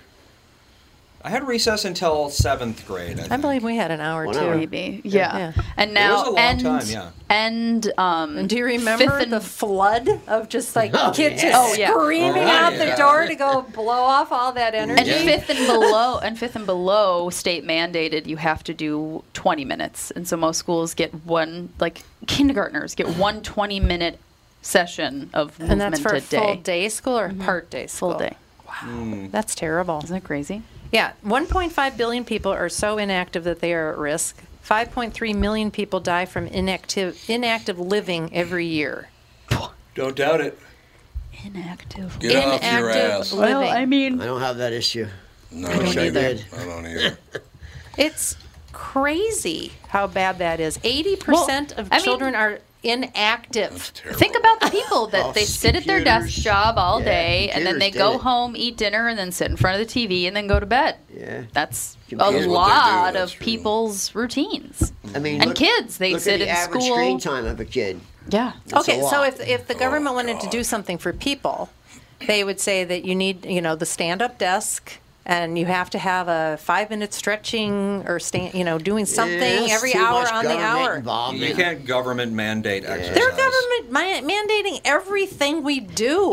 E: I had recess until seventh grade. I,
D: I
E: think.
D: believe we had an hour
B: One
D: too.
B: hour.
C: Maybe, yeah.
D: Yeah.
C: And now,
E: was a long
C: and
E: time, yeah.
C: and um,
D: And do you remember
C: fifth and
D: the flood of just like kids
B: yeah.
D: just
C: Oh, yeah.
D: screaming out
E: yeah.
D: the door to go blow off all that
C: And
D: energy?
C: fifth and below, and fifth and below, state mandated you have to do 20 minutes, and so most schools get one, like kindergartners get one 20 minute session of
D: And that's
C: movement
D: for
C: a day, Mm-hmm.
D: full day school or part day school?
C: full day.
D: Wow,
E: Mm.
D: that's terrible.
C: Isn't that crazy?
D: Yeah, 1.5 billion people are so inactive that they are at risk. 5.3 million people die from inactive inactive living every year.
E: Don't doubt it.
C: Inactive.
A: Get off your
D: Inactive
A: ass.
D: living.
C: mean,
B: I don't have that issue.
A: No,
B: don't
A: shit.
B: either.
A: I don't either.
D: It's crazy how bad that is. 80%
C: Well,
D: of
C: I mean-
D: children are
A: It's
D: inactive.
A: terrible.
C: think about the people
B: Off
C: that they sit at their
B: computers.
C: desk job all
B: Yeah,
C: day, and then
B: computers
C: they
B: did
C: go
B: it.
C: home, eat dinner, and then sit in front of the TV, and then go to bed.
B: Yeah.
C: That's
B: Computers.
C: a
A: That's what they do,
C: lot
A: that's
C: of
A: true.
C: people's routines.
B: I mean,
C: And
B: look-
C: kids, they
B: look
C: sit
B: at the
C: in
B: average
C: school.
B: screen time of a kid.
C: Yeah.
D: Okay,
B: a
D: so
B: lot. Oh,
D: if, if the government wanted to do something for people, they would say that you need, you know, the stand-up desk and you have to have a five-minute stretching or stand, you know, doing something
B: There's
D: every
B: too
D: hour
B: much
D: on the
B: government
D: hour.
B: Involvement.
E: You can't government mandate exercise.
D: They're government man- mandating everything we do.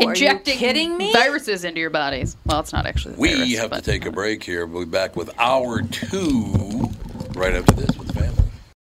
D: Are
C: injecting
D: you kidding me?
C: viruses into your bodies. Well, it's not actually. the
A: We
C: virus,
A: have to
C: but-
A: take a break here. We'll be back with hour two right after this.